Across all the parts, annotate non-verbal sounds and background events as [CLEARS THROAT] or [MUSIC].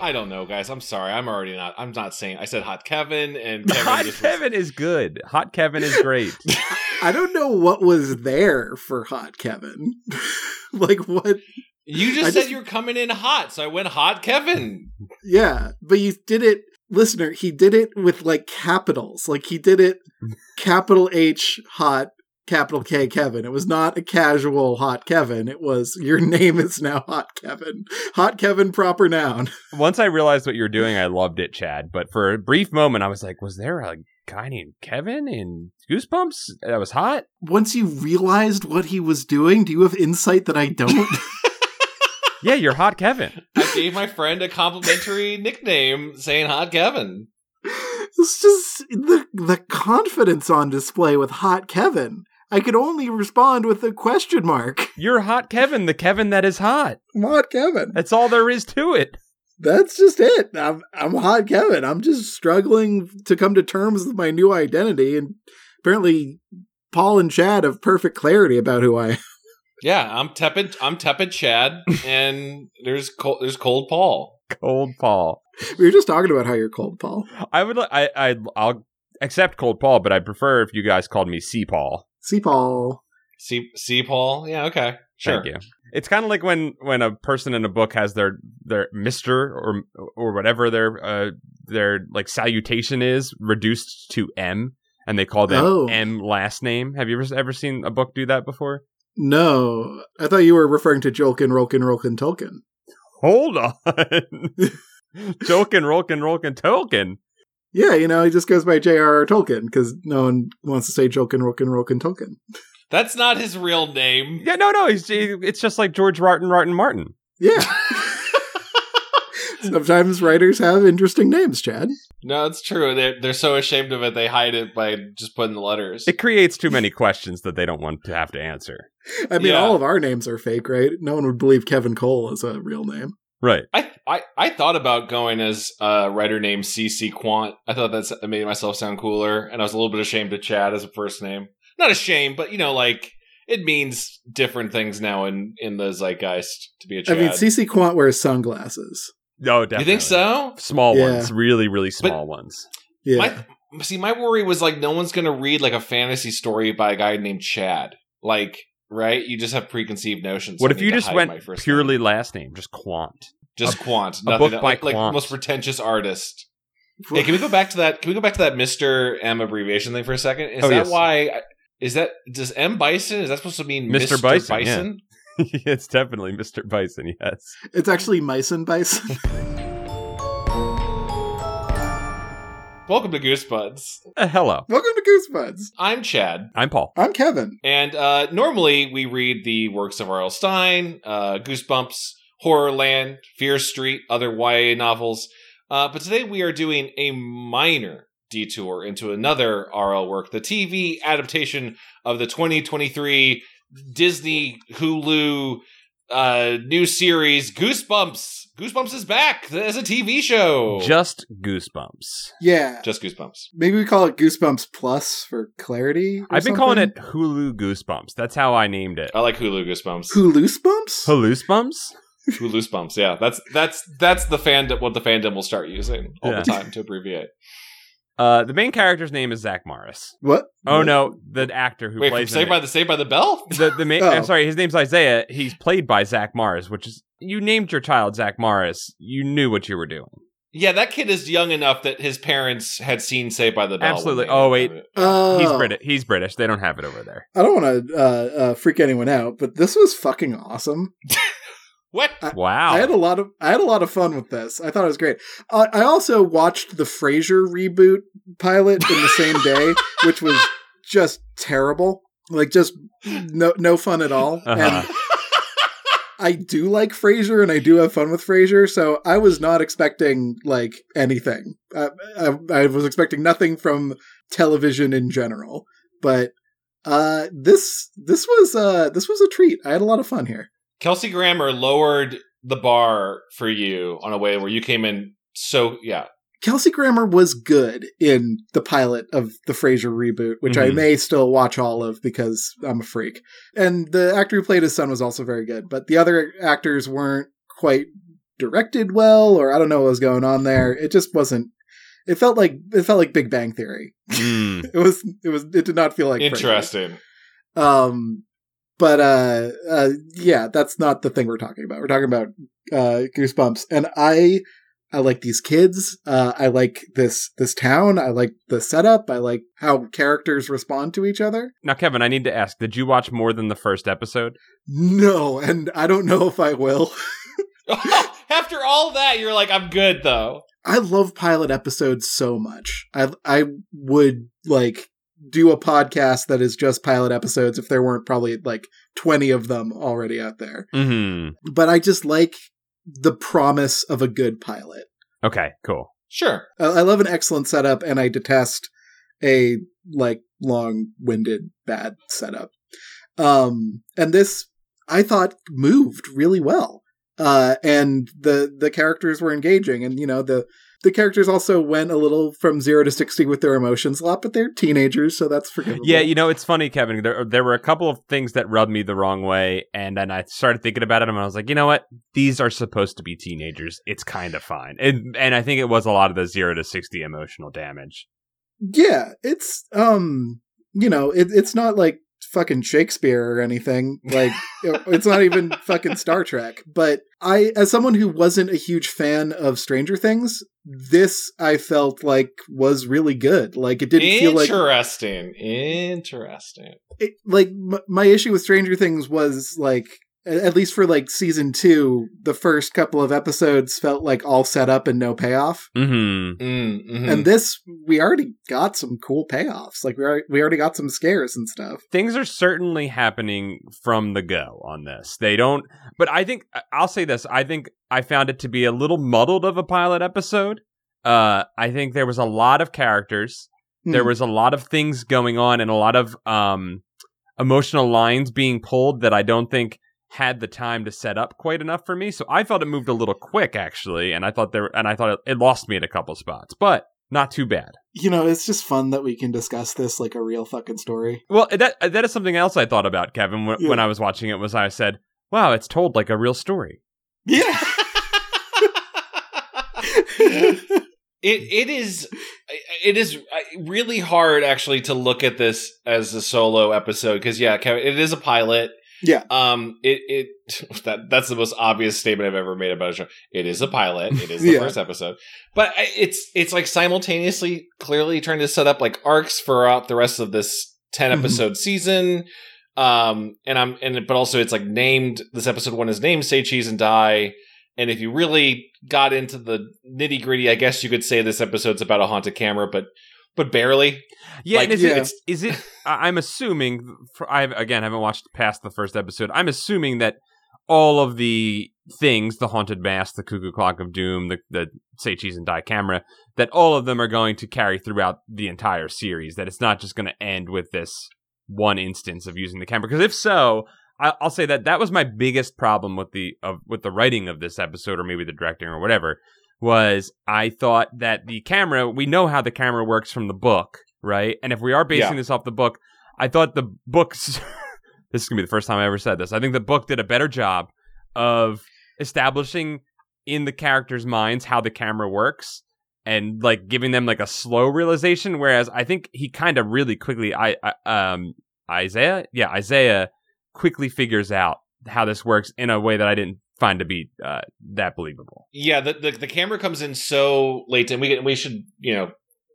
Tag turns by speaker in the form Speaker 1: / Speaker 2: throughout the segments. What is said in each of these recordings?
Speaker 1: I don't know, guys. I'm sorry. I'm already not. I'm not saying. I said hot Kevin
Speaker 2: [LAUGHS]
Speaker 1: and Kevin
Speaker 2: Hot
Speaker 1: just was-
Speaker 2: Kevin is good. Hot Kevin is great.
Speaker 3: I don't know what was there for Hot Kevin. [LAUGHS] like what?
Speaker 1: You
Speaker 3: I
Speaker 1: just
Speaker 3: just-
Speaker 1: said you're coming in hot, so I went hot Kevin.
Speaker 3: Yeah, but you did it, listener. He did it with like capitals. Like he did it, capital H hot, capital K Kevin. It was not a casual hot Kevin. It was your name is now hot Kevin. Hot Kevin proper noun.
Speaker 2: Once I realized what you were doing, I loved it, Chad. But for a brief moment, I was like, was there a guy named Kevin in Goosebumps that was hot?
Speaker 3: Once you realized what he was doing, do you have insight that I [LAUGHS] don't?
Speaker 2: Yeah, you're hot Kevin.
Speaker 1: I gave my friend a
Speaker 2: [LAUGHS]
Speaker 1: complimentary nickname saying hot Kevin.
Speaker 3: [LAUGHS] It's just the the confidence on display with Hot Kevin. I could only respond with a question mark.
Speaker 2: You're hot Kevin, the Kevin that is hot.
Speaker 3: Hot Kevin.
Speaker 2: That's all there is to it. [LAUGHS]
Speaker 3: That's just it. I'm I'm Hot Kevin. I'm just struggling to come to terms with my new identity and apparently Paul and Chad have perfect clarity about who I am. [LAUGHS]
Speaker 1: Yeah, I'm tepid. I'm tepid Chad, and there's cold, there's cold Paul.
Speaker 2: Cold Paul.
Speaker 3: We were just talking about how you're cold, Paul.
Speaker 2: I would li- I I I'll accept Cold Paul, but I prefer if you guys called me C Paul.
Speaker 3: See Paul.
Speaker 1: See, see Paul. Yeah, okay, sure.
Speaker 2: Thank you. It's kind of like when when a person in a book has their their Mister or or whatever their uh their like salutation is reduced to M, and they call them
Speaker 3: Oh.
Speaker 2: M last name. Have you ever ever seen a book do that before?
Speaker 3: No. I thought you were referring to Jolkin, Rolkin, Rolkin, Tolkien.
Speaker 2: Hold on, [LAUGHS] Tolkien, Rolkin, Rolkin, Tolkien.
Speaker 3: Yeah, you know, he just goes by J.R.R. Tolkien because no one wants to say Jolkin, Rolkin, Rolkin, Tolkien.
Speaker 1: That's not his real name.
Speaker 2: Yeah, no, no, he's, he- it's just like George Martin, Martin, Martin.
Speaker 3: Yeah.
Speaker 2: [LAUGHS]
Speaker 3: Sometimes writers have interesting names, Chad.
Speaker 1: No, it's true. They're they're so ashamed of it they hide it by just putting the letters.
Speaker 2: It creates too many questions that they don't want to have to answer.
Speaker 3: I mean,
Speaker 1: Yeah.
Speaker 3: all of our names are fake, right? No one would believe Kevin Cole is a real name.
Speaker 2: Right.
Speaker 1: I, I I thought about going as a writer named CC Quant. I thought that's that made myself sound cooler, and I was a little bit ashamed of Chad as a first name. Not ashamed, but you know, like it means different things now in in the zeitgeist to be a Chad.
Speaker 3: I mean, CC Quant wears sunglasses.
Speaker 2: No, Oh, definitely.
Speaker 1: you think so?
Speaker 2: Small
Speaker 3: Yeah.
Speaker 2: ones, really, really small ones.
Speaker 3: Yeah.
Speaker 1: My see, my worry was like no one's gonna read like a fantasy story by a guy named Chad. Like, right? You just have preconceived notions.
Speaker 2: What
Speaker 1: I
Speaker 2: if
Speaker 1: need
Speaker 2: you
Speaker 1: to
Speaker 2: just
Speaker 1: hide
Speaker 2: went
Speaker 1: my first name.
Speaker 2: purely last name, just Quant? [LAUGHS]
Speaker 1: just Quant?
Speaker 2: a
Speaker 1: nothing
Speaker 2: book
Speaker 1: else,
Speaker 2: by
Speaker 1: like, like
Speaker 2: Quant.
Speaker 1: most pretentious artist. Hey, can we go back to that? Can we go back to that Mister M abbreviation thing for a second? Is
Speaker 2: Oh,
Speaker 1: that
Speaker 2: yes.
Speaker 1: why? Is that does M Bison? Is that supposed to mean
Speaker 2: Mr.
Speaker 1: Mister
Speaker 2: Bison,
Speaker 1: Bison?
Speaker 2: yeah. it's definitely Mr. Bison, yes.
Speaker 3: It's actually mice and
Speaker 2: [LAUGHS]
Speaker 3: bison. [LAUGHS]
Speaker 1: Welcome to Goosebuds.
Speaker 2: Uh, hello,
Speaker 3: Welcome to Goosebuds.
Speaker 1: I'm Chad,
Speaker 2: I'm Paul.
Speaker 3: I'm Kevin.
Speaker 1: and uh, normally we read the works of R.L. Stein, uh, Goosebumps, Horrorland, Fear Street, other YA novels, uh, but today we are doing a minor detour into another RL work, the TV adaptation of the 2023 Disney Hulu uh, new series Goosebumps. Goosebumps is back as a TV show.
Speaker 2: Just goosebumps.
Speaker 3: Yeah.
Speaker 1: Just Goosebumps.
Speaker 3: Maybe we call it Goosebumps Plus for clarity. or
Speaker 2: I've been calling
Speaker 3: something?
Speaker 2: it Hulu Goosebumps. That's how I named it.
Speaker 1: I like Hulu Goosebumps.
Speaker 3: Hulu's Bumps?
Speaker 2: Huluspumps?
Speaker 1: Who loose bumps? Yeah, that's that's that's the fandom. What the fandom will start using all
Speaker 2: Yeah.
Speaker 1: the time to abbreviate.
Speaker 2: Uh, the main character's name is Zach Morris.
Speaker 3: what?
Speaker 2: Oh no, the actor who
Speaker 1: Wait, from
Speaker 2: plays
Speaker 1: Saved
Speaker 2: in
Speaker 1: by
Speaker 2: it.
Speaker 1: the Saved by the Bell.
Speaker 2: the the main.
Speaker 3: [LAUGHS] Oh.
Speaker 2: I'm sorry, his name's Isaiah. He's played by Zach Morris, which is you named your child Zach Morris. You knew what you were doing.
Speaker 1: Yeah, that kid is young enough that his parents had seen Saved by the Bell. when
Speaker 2: Absolutely.
Speaker 1: they-
Speaker 2: Oh, wait.
Speaker 3: Oh.
Speaker 2: He's British. He's British. They don't have it over there.
Speaker 3: I don't want to uh, uh, freak anyone out, but this was fucking awesome.
Speaker 1: What?
Speaker 2: Wow.
Speaker 3: I had a lot of I had a lot of fun with this. I thought it was great. Uh, I also watched the Frasier reboot pilot in the same
Speaker 2: [LAUGHS]
Speaker 3: day, which was just terrible. Like just no no fun at all. And
Speaker 2: Uh-huh.
Speaker 3: I do like Frasier and I do have fun with Frasier, so I was not expecting like anything. I, I, I was expecting nothing from television in general, but uh this this was uh this was a treat. I had a lot of fun here.
Speaker 1: Kelsey Grammer lowered the bar for you on a way where you came in. So yeah,
Speaker 3: Kelsey Grammer was good in the pilot of the Frasier reboot, which I
Speaker 2: Mhm.
Speaker 3: may still watch all of because I'm a freak. And the actor who played his son was also very good, but the other actors weren't quite directed well, or I don't know what was going on there. It just wasn't. It felt like it felt like Big Bang Theory.
Speaker 2: Mm.
Speaker 3: It was. It was. It did not feel like Frasier.
Speaker 1: Interesting. [LAUGHS]
Speaker 3: Um, but uh, uh, yeah, that's not the thing we're talking about. We're talking about uh, Goosebumps, and I, I like these kids. Uh, I like this this town. I like the setup. I like how characters respond to each other.
Speaker 2: Now, Kevin, I need to ask: Did you watch more than the first episode?
Speaker 3: No, and I don't know if I will.
Speaker 1: After all that, you're like, I'm good though.
Speaker 3: I love pilot episodes so much. I I would like do a podcast that is just pilot episodes if there weren't probably like 20 of them already out there.
Speaker 2: Mm-hmm.
Speaker 3: But I just like the promise of a good pilot.
Speaker 2: Okay, cool.
Speaker 1: Sure.
Speaker 3: I, I love an excellent setup and I detest a like long-winded bad setup. Um and this I thought moved really well. Uh and the the characters were engaging and you know the the characters also went a little from 0 to 60 with their emotions a lot but they're teenagers so that's forgivable.
Speaker 2: Yeah, you know, it's funny, Kevin. There, there were a couple of things that rubbed me the wrong way, and then I started thinking about it, and I was like, you know what? These are supposed to be teenagers. It's kind of fine, and and I think it was a lot of the zero to sixty emotional damage.
Speaker 3: Yeah, it's um, you know, it, it's not like fucking Shakespeare or anything. Like it- it's not even fucking Star Trek. But I as someone who wasn't a huge fan of Stranger Things, this I felt like was really good. Like it didn't feel like
Speaker 1: Interesting. Interesting.
Speaker 3: it, like m- my issue with Stranger Things was like a- at least for like season 2, the first couple of episodes felt like all set up and no payoff.
Speaker 2: Hmm.
Speaker 1: Mm, mhm.
Speaker 3: And this, we already got some cool payoffs. Like we already, we already got some scares and stuff.
Speaker 2: things are certainly happening from the go on this. They don't, but I think I'll say this. I think I found it to be a little muddled of a pilot episode. Uh, I think there was a lot of characters. There
Speaker 3: Hmm.
Speaker 2: was a lot of things going on and a lot of um, emotional lines being pulled that I don't think had the time to set up quite enough for me. So I felt it moved a little quick actually, and I thought there and I thought it, it lost me at a couple spots, but not too bad.
Speaker 3: you know, it's just fun that we can discuss this like a real fucking story.
Speaker 2: Well, that that is something else I thought about, Kevin, when,
Speaker 3: Yeah.
Speaker 2: when I was watching it. Was I said, "Wow, it's told like a real story."
Speaker 3: [LAUGHS] Yeah.
Speaker 1: mm-hmm. [LAUGHS] it it is it is really hard actually to look at this as a solo episode because yeah, Kevin, it is a pilot.
Speaker 3: Yeah.
Speaker 1: Um. It it [LAUGHS] that that's the most obvious statement I've ever made about a show. It is a pilot. It is the
Speaker 3: [LAUGHS] Yeah.
Speaker 1: first episode, but I- it's it's like simultaneously clearly trying to set up like arcs throughout the rest of this ten
Speaker 2: Mm-hmm.
Speaker 3: Mhm.
Speaker 1: episode season. Um. And I'm and but also it's like named this episode one is named "Say Cheese and Die." And if you really got into the nitty gritty, I guess you could say this episode's about a haunted camera, but but barely.
Speaker 2: Yeah,
Speaker 1: Like,
Speaker 2: and is
Speaker 3: yeah.
Speaker 2: it it's, is [LAUGHS] it? I- I'm assuming. For, I again haven't watched past the first episode. I'm assuming that all of the things, the haunted mask, the cuckoo clock of doom, the the say cheese and die camera, that all of them are going to carry throughout the entire series. That it's not just going to end with this one instance of using the camera. Because if so, I, I'll say that that was my biggest problem with the of, with the writing of this episode, or maybe the directing, or whatever. Was I thought that the camera? We know how the camera works from the book, right? And if we are basing
Speaker 1: Yeah.
Speaker 2: this off the book, I thought the books. [LAUGHS] this is gonna be the first time I ever said this. I think the book did a better job of establishing in the characters' minds how the camera works and like giving them like a slow realization. Whereas I think he kind of really quickly, I, I um Isaiah, yeah Isaiah quickly figures out how this works in a way that I didn't find to be uh, that believable.
Speaker 1: Yeah, the, the the camera comes in so late, and we get- we should you know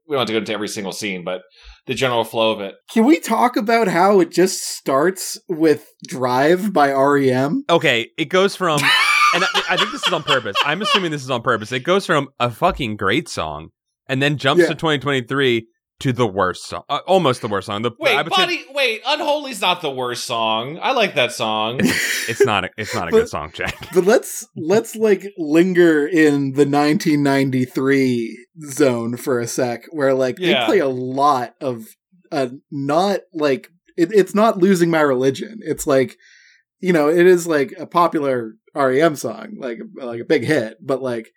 Speaker 1: we don't have to go into every single scene, but the general flow of it.
Speaker 3: Can we talk about how it just starts with Drive by E REM?
Speaker 2: Okay, it goes [LAUGHS] from, and I, I think this is on purpose. I'm assuming this is on purpose. It goes from a fucking great song and then jumps
Speaker 3: Yeah.
Speaker 2: to 2023 to the worst song, uh, almost the worst song. The, I
Speaker 1: Wait,
Speaker 2: would say
Speaker 1: body, wait, Unholy's not the worst song. I like that
Speaker 2: [LAUGHS]
Speaker 1: song.
Speaker 2: it's not a, it's not a
Speaker 3: But-
Speaker 2: good [LAUGHS] song, Jack.
Speaker 3: [LAUGHS] But let's let's like linger in the 1993 zone for a sec where like
Speaker 1: Yeah.
Speaker 3: they play a lot of uh not like it, it's not losing my religion. It's like you know, it is like a popular REM song, like like a big hit, but like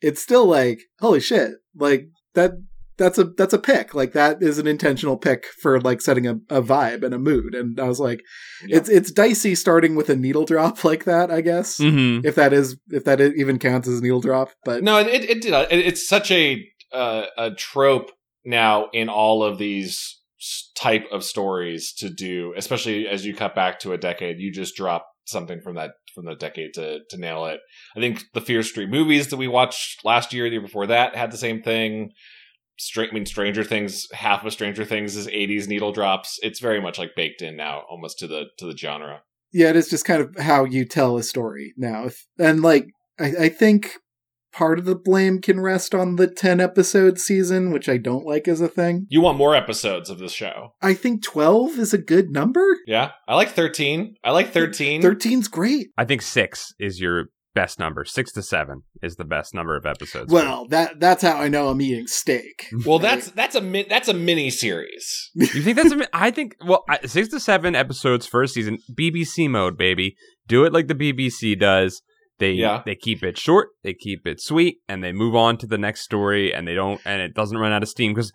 Speaker 3: it's still like holy shit. Like that that's a that's a pick. Like that is an intentional pick for like setting a, a vibe and a mood. And I was like,
Speaker 1: Yeah.
Speaker 3: it's it's dicey starting with a needle drop [LAUGHS] like that. I guess
Speaker 2: Mm-hmm.
Speaker 3: if that is if that i- even counts as a needle drop, but
Speaker 1: No, it it, it did. It, it's such a uh, a trope now in all of these s- type of stories to do, especially as you cut back to a decade. You just drop something from that from the decade to to nail it. I think the Fear Street movies that we watched last year, the year before that, had the same thing. Straight, I mean, Stranger Things. Half of Stranger Things is '80s needle drops. It's very much like baked in now, almost to the to the genre.
Speaker 3: yeah, it is just kind of how you tell a story now. If, and like, I, I think part of the blame can rest on the 10 episode season, which I don't like as a thing.
Speaker 1: You want more episodes of this show?
Speaker 3: I think 12 is a good number.
Speaker 1: Yeah, I like 13. I like 13.
Speaker 3: 13's great.
Speaker 2: I think six is your best number. Six to seven is the best number of episodes.
Speaker 3: Well, that that's how I know I'm eating steak.
Speaker 1: Well, that's that's a min- that's a mini series.
Speaker 2: you think that's? A, mi- I think. Well, I, six to seven episodes first season. BBC mode, baby. Do it like the BBC does. They
Speaker 1: Yeah.
Speaker 2: they keep it short, they keep it sweet, and they move on to the next story, and they don't, and it doesn't run out of steam. Because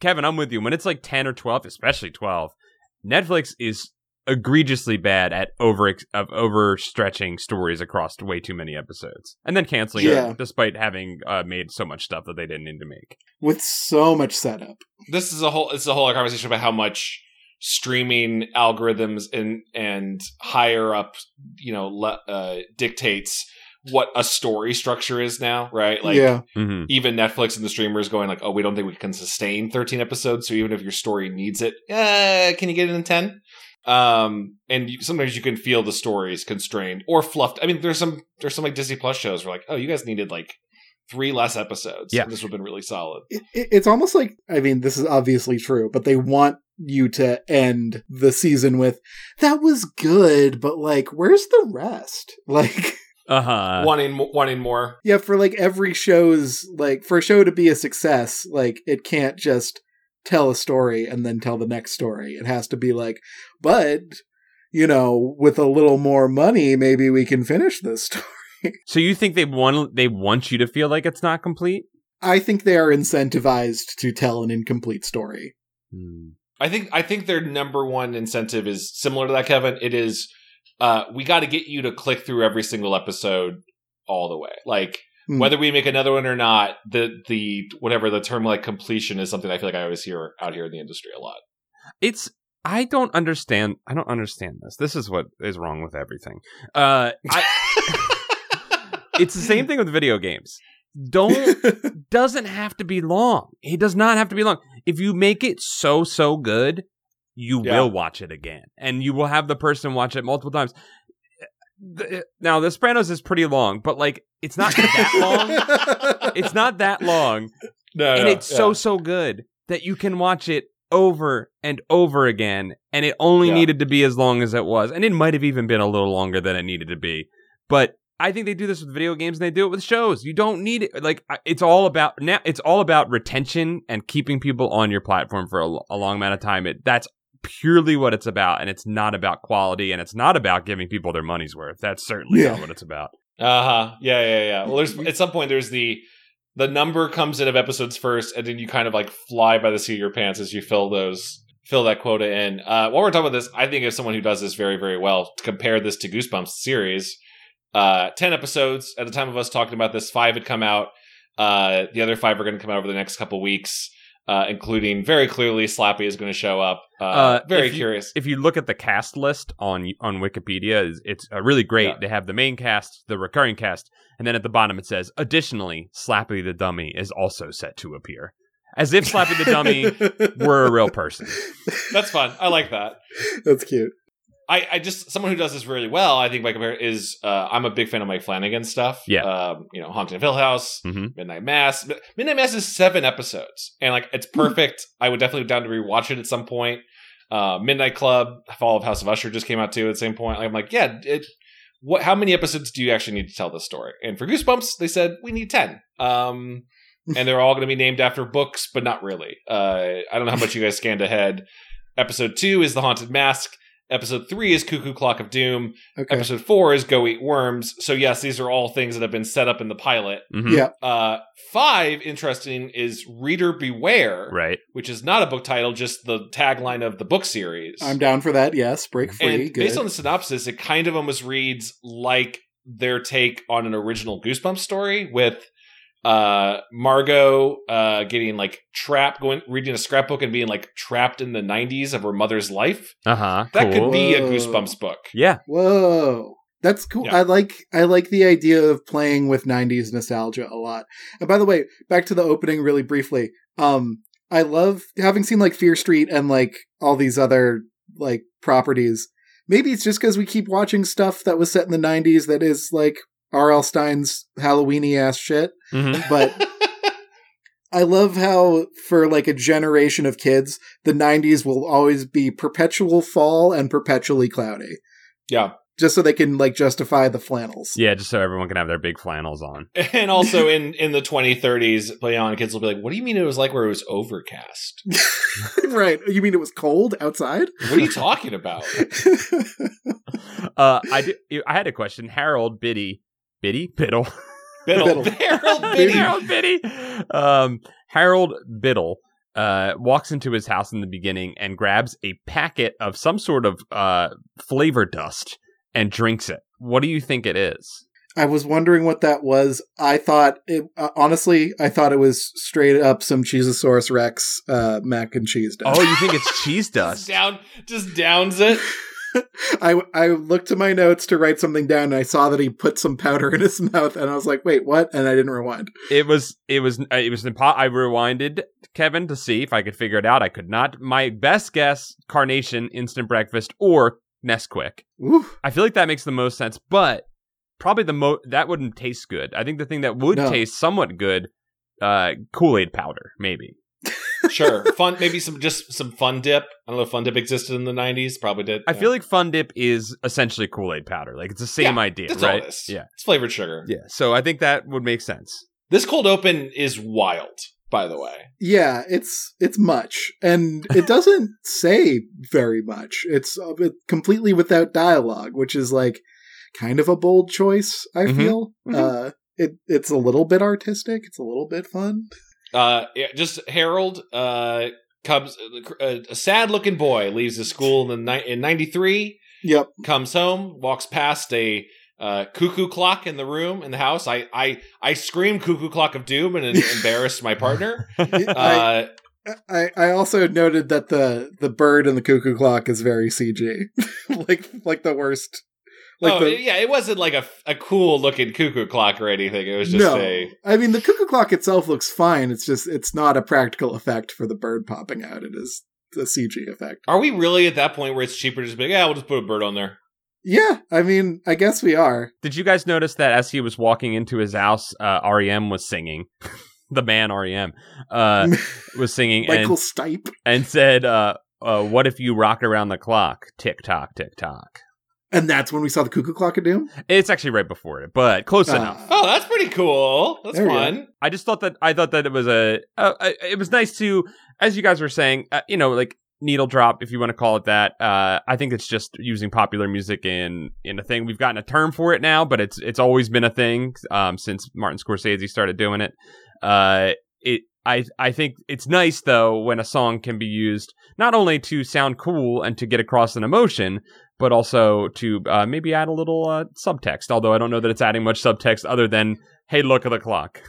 Speaker 2: Kevin, I'm with you. When it's like ten or twelve, especially twelve, Netflix is egregiously bad at over of overstretching stories across way too many episodes, and then canceling
Speaker 3: Yeah.
Speaker 2: it despite having uh, made so much stuff that they didn't need to make.
Speaker 3: with so much setup.
Speaker 1: This is a whole this is a whole other conversation about how much streaming algorithms and and higher up you know le- uh, dictates what a story structure is now, right? Like
Speaker 3: yeah,
Speaker 2: Mm-hmm.
Speaker 1: even Netflix and the streamers going like, oh, we don't think we can sustain 13 episodes. So even if your story needs it, uh, can you get it in 10? Um, and you, sometimes you can feel the stories constrained or fluffed. I mean, there's some there's some like Disney Plus shows where like, oh, you guys needed like three less episodes.
Speaker 2: Yeah.
Speaker 1: and this would have been really solid.
Speaker 3: it, it- it's almost like I mean, this is obviously true, but they want you to end the season with that was good, but like, where's the rest? [LAUGHS] Like,
Speaker 2: Uh huh.
Speaker 1: wanting mo- wanting more.
Speaker 3: yeah, for like every show's like for a show to be a success, like it can't just tell a story and then tell the next story. It has to be like, but you know, with a little more money, maybe we can finish this story.
Speaker 2: So you think they want they want you to feel like it's not complete?
Speaker 3: I think they are incentivized to tell an incomplete story.
Speaker 1: I think I think their number one incentive is similar to that, Kevin. It is uh, we got to get you to click through every single episode all the way. Like
Speaker 3: Hmm.
Speaker 1: whether we make another one or not, the the whatever the term like completion is something I feel like I always hear out here in the industry a lot.
Speaker 2: It's I don't understand. I don't understand this. This is what is wrong with everything. Uh, I, it's the same thing with video games.
Speaker 3: [LAUGHS]
Speaker 2: Don't doesn't have to be long. It does not have to be long. If you make it so so good, you
Speaker 1: Yeah.
Speaker 2: will watch it again, and you will have the person watch it multiple times. The- Now, The Sopranos is pretty long, but like it's not that
Speaker 1: [LAUGHS]
Speaker 2: long. It's not that long.
Speaker 1: no,
Speaker 2: and
Speaker 1: no,
Speaker 2: it's so
Speaker 1: yeah.
Speaker 2: so good that you can watch it over and over again and it only
Speaker 1: Yeah.
Speaker 2: needed to be as long as it was and it might have even been a little longer than it needed to be but i think they do this with video games and they do it with shows you don't need it like I- it's all about now it's all about retention and keeping people on your platform for a, lo- a long amount of time it, that's purely what it's about and it's not about quality and it's not about giving people their money's worth that's certainly
Speaker 3: Yeah.
Speaker 2: not what it's about
Speaker 1: Uh huh. Yeah, yeah, yeah. Well, there's at some point there's the the number comes in of episodes first, and then you kind of like fly by the seat of your pants as you fill those fill that quota in. Uh, while we're talking about this, I think of someone who does this very very well. To compare this to Goosebumps series, uh, ten episodes at the time of us talking about this, five had come out. Uh, the other five are going to come out over the next couple weeks, uh, including very clearly Slappy is going to show up. Uh,
Speaker 2: Uh,
Speaker 1: very
Speaker 2: if you-
Speaker 1: curious.
Speaker 2: if you look at the cast list on on Wikipedia, it's, it's uh, really great.
Speaker 1: Yeah.
Speaker 2: They have the main cast, the recurring cast, and then at the bottom it says, "Additionally, Slappy the Dummy is also set to appear," as if Slappy
Speaker 1: [LAUGHS]
Speaker 2: the Dummy were a real person.
Speaker 1: That's fun. I like that.
Speaker 3: [LAUGHS] That's cute.
Speaker 1: I, I just someone who does this really well, I think by compare is uh, I'm a big fan of Mike Flanagan stuff.
Speaker 2: Yeah.
Speaker 1: um, you know, Haunting of Hill House,
Speaker 2: Mhm.
Speaker 1: Midnight Mass. Mi- Midnight Mass is seven episodes, and like it's perfect. I would definitely be down to rewatch it at some point. Uh, Midnight Club, Fall of House of Usher just came out too at the same point. Like, I'm like, yeah, it. What? How many episodes do you actually need to tell this story? And for Goosebumps, they said we need ten. Um, and they're all going to be named after books, but not really. Uh, I don't know how much you guys scanned ahead. Episode two is the Haunted Mask Episode three is Cuckoo Clock of Doom.
Speaker 3: Okay.
Speaker 1: Episode four is Go Eat Worms. So yes, these are all things that have been set up in the pilot.
Speaker 2: Mhm.
Speaker 3: Yeah.
Speaker 1: Uh, five, interesting, is Reader Beware,
Speaker 2: Right.
Speaker 1: which is not a book title, just the tagline of the book series.
Speaker 3: I'm down for that. Yes, break
Speaker 1: and
Speaker 3: free. good.
Speaker 1: based on the synopsis, it kind of almost reads like their take on an original Goosebumps story with uh Margot uh getting like trapped going reading a scrapbook and being like trapped in the 90s of her mother's life.
Speaker 2: Uh huh.
Speaker 1: That could be a
Speaker 3: Whoa.
Speaker 1: Goosebumps book.
Speaker 2: Yeah.
Speaker 3: Whoa. That's cool.
Speaker 1: Yeah.
Speaker 3: I like I like the idea of playing with 90s nostalgia a lot. And by the way, back to the opening really briefly. Um I love having seen like Fear Street and like all these other like properties. Maybe it's just cuz we keep watching stuff that was set in the 90s that is like R.L. Stein's Halloweeny ass shit,
Speaker 2: Mhm.
Speaker 3: but I love how for like a generation of kids, the 90s will always be perpetual fall and perpetually cloudy.
Speaker 1: Yeah.
Speaker 3: Just so they can like justify the flannels.
Speaker 2: Yeah. Just so everyone can have their big
Speaker 1: [LAUGHS]
Speaker 2: flannels on.
Speaker 1: [LAUGHS] And also in in the 2030s, beyond kids will be like, "What do you mean it was like where it was overcast?
Speaker 3: [LAUGHS] right. You mean it was cold outside? [LAUGHS]
Speaker 1: What are you talking
Speaker 2: [LAUGHS]
Speaker 1: about?"
Speaker 2: Uh, I do, I had a question. Harold Biddy, Biddy, Biddle,
Speaker 1: Biddle,
Speaker 2: [LAUGHS]
Speaker 3: Biddle.
Speaker 1: Harold
Speaker 3: Biddy.
Speaker 1: Biddy.
Speaker 2: Harold Biddy, um, Harold Biddle. Uh, walks into his house in the beginning and grabs a packet of some sort of uh, flavor dust and drinks it. What do you think it is?
Speaker 3: I was wondering what that was. I thought it uh, honestly, I thought it was straight up some Cheezosaurus Rex uh, mac and cheese dust.
Speaker 2: Oh, you think it's [LAUGHS] cheese
Speaker 1: Just
Speaker 2: dust?
Speaker 1: down, just downs it.
Speaker 3: [LAUGHS] I I looked to my notes to write something down and I saw that he put some powder in his [LAUGHS] mouth and I was like, "Wait, what?" and I didn't rewind.
Speaker 2: It was it was uh, it was impo- I rewinded Kevin to see if I could figure it out. I could not. My best guess: Carnation, instant breakfast, or Nesquik.
Speaker 3: Ooh.
Speaker 2: I feel like that makes the most sense, but probably the mo that wouldn't taste good. I think the thing that would
Speaker 3: No.
Speaker 2: taste somewhat good, uh, Kool Aid powder, maybe.
Speaker 1: Sure,
Speaker 2: [LAUGHS]
Speaker 1: fun. Maybe some just some fun dip. I don't know if fun dip existed in the 90s. Probably did.
Speaker 2: I feel like Fun Dip is essentially Kool Aid powder. Like it's the same
Speaker 1: Yeah,
Speaker 2: idea,
Speaker 1: That's
Speaker 2: right?
Speaker 1: all this.
Speaker 2: Yeah,
Speaker 1: It's flavored sugar.
Speaker 2: yeah. So I think that would make sense.
Speaker 3: [LAUGHS]
Speaker 1: This cold open is wild, by the way.
Speaker 3: yeah it's it's much and
Speaker 1: [LAUGHS]
Speaker 3: it doesn't say very much it's uh, it- completely without dialogue which is like kind of a bold choice i
Speaker 1: Mm-hmm.
Speaker 2: Mhm.
Speaker 3: feel
Speaker 2: Mhm.
Speaker 3: uh it it's a little bit artistic it's a little bit fun
Speaker 1: Uh, yeah, just Harold uh, comes, a, a sad looking boy leaves the school in, the ni- in 93,
Speaker 3: yep
Speaker 1: comes home, walks past a uh, cuckoo clock in the room in the house. I I, I scream cuckoo clock of doom
Speaker 3: [LAUGHS]
Speaker 1: and en- embarrassed my partner.
Speaker 3: I,
Speaker 1: Uh,
Speaker 3: I i also noted that the the bird and the cuckoo clock is very cg [LAUGHS] like like the worst like
Speaker 1: oh,
Speaker 3: the
Speaker 1: yeah, it wasn't like a, a cool looking cuckoo clock or anything. It was just
Speaker 3: no,
Speaker 1: a
Speaker 3: I mean the cuckoo clock itself looks fine. It's just it's not a practical effect for the bird popping out. It is a CG effect.
Speaker 1: Are we really at that point where it's cheaper to just be like, yeah, we'll just put a bird on there?
Speaker 3: Yeah, I mean, I guess we are.
Speaker 2: Did you guys notice that as he was walking into his house, uh, REM was singing? [LAUGHS] the man REM
Speaker 3: [LAUGHS]
Speaker 2: uh, was singing
Speaker 3: Michael
Speaker 2: and,
Speaker 3: Stipe.
Speaker 2: and said, uh, uh, What if you rock around the clock? Tick tock, tick tock.
Speaker 3: And that's when we saw the cuckoo clock of doom.
Speaker 2: It's actually right before it, but close enough.
Speaker 3: Ah.
Speaker 1: Oh, that's pretty cool. That's
Speaker 3: There we
Speaker 1: fun.
Speaker 2: I just thought that I thought that it was a uh, uh, it was nice to as you guys were saying uh, you know like needle drop if you want to call it that uh, I think it's just using popular music in in a thing we've gotten a term for it now but it's it's always been a thing um, since Martin Scorsese started doing it uh, it I I think it's nice though when a song can be used not only to sound cool and to get across an emotion but also to uh, maybe add a little uh, subtext although I don't know that it's adding much subtext other than hey look at the clock.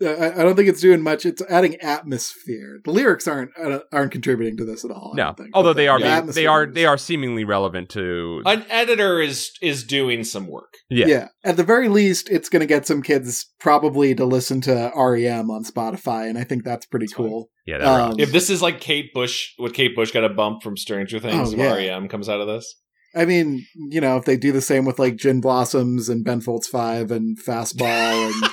Speaker 3: Uh, I, I don't think it's doing much. It's adding atmosphere. The lyrics aren't uh, aren't contributing to this at all. I
Speaker 2: No,
Speaker 3: don't think.
Speaker 2: although
Speaker 3: But
Speaker 2: they are
Speaker 3: the
Speaker 2: being, they
Speaker 3: atmosphere
Speaker 2: are
Speaker 3: is-
Speaker 2: they are seemingly relevant to
Speaker 1: An editor is is doing some work.
Speaker 2: yeah.
Speaker 3: Yeah. At the very least, it's going to get some kids probably to listen to REM on Spotify, and I think that's pretty
Speaker 1: That's fine.
Speaker 3: cool.
Speaker 2: yeah. that
Speaker 3: Um,
Speaker 1: If this is like Kate Bush, what Kate Bush got a bump from Stranger Things,
Speaker 3: Oh,
Speaker 1: if
Speaker 3: yeah.
Speaker 1: REM comes out of this.
Speaker 3: I mean, you know, if they do the same with like Gin Blossoms and Ben Folds Five and Fastball
Speaker 2: [LAUGHS]
Speaker 3: and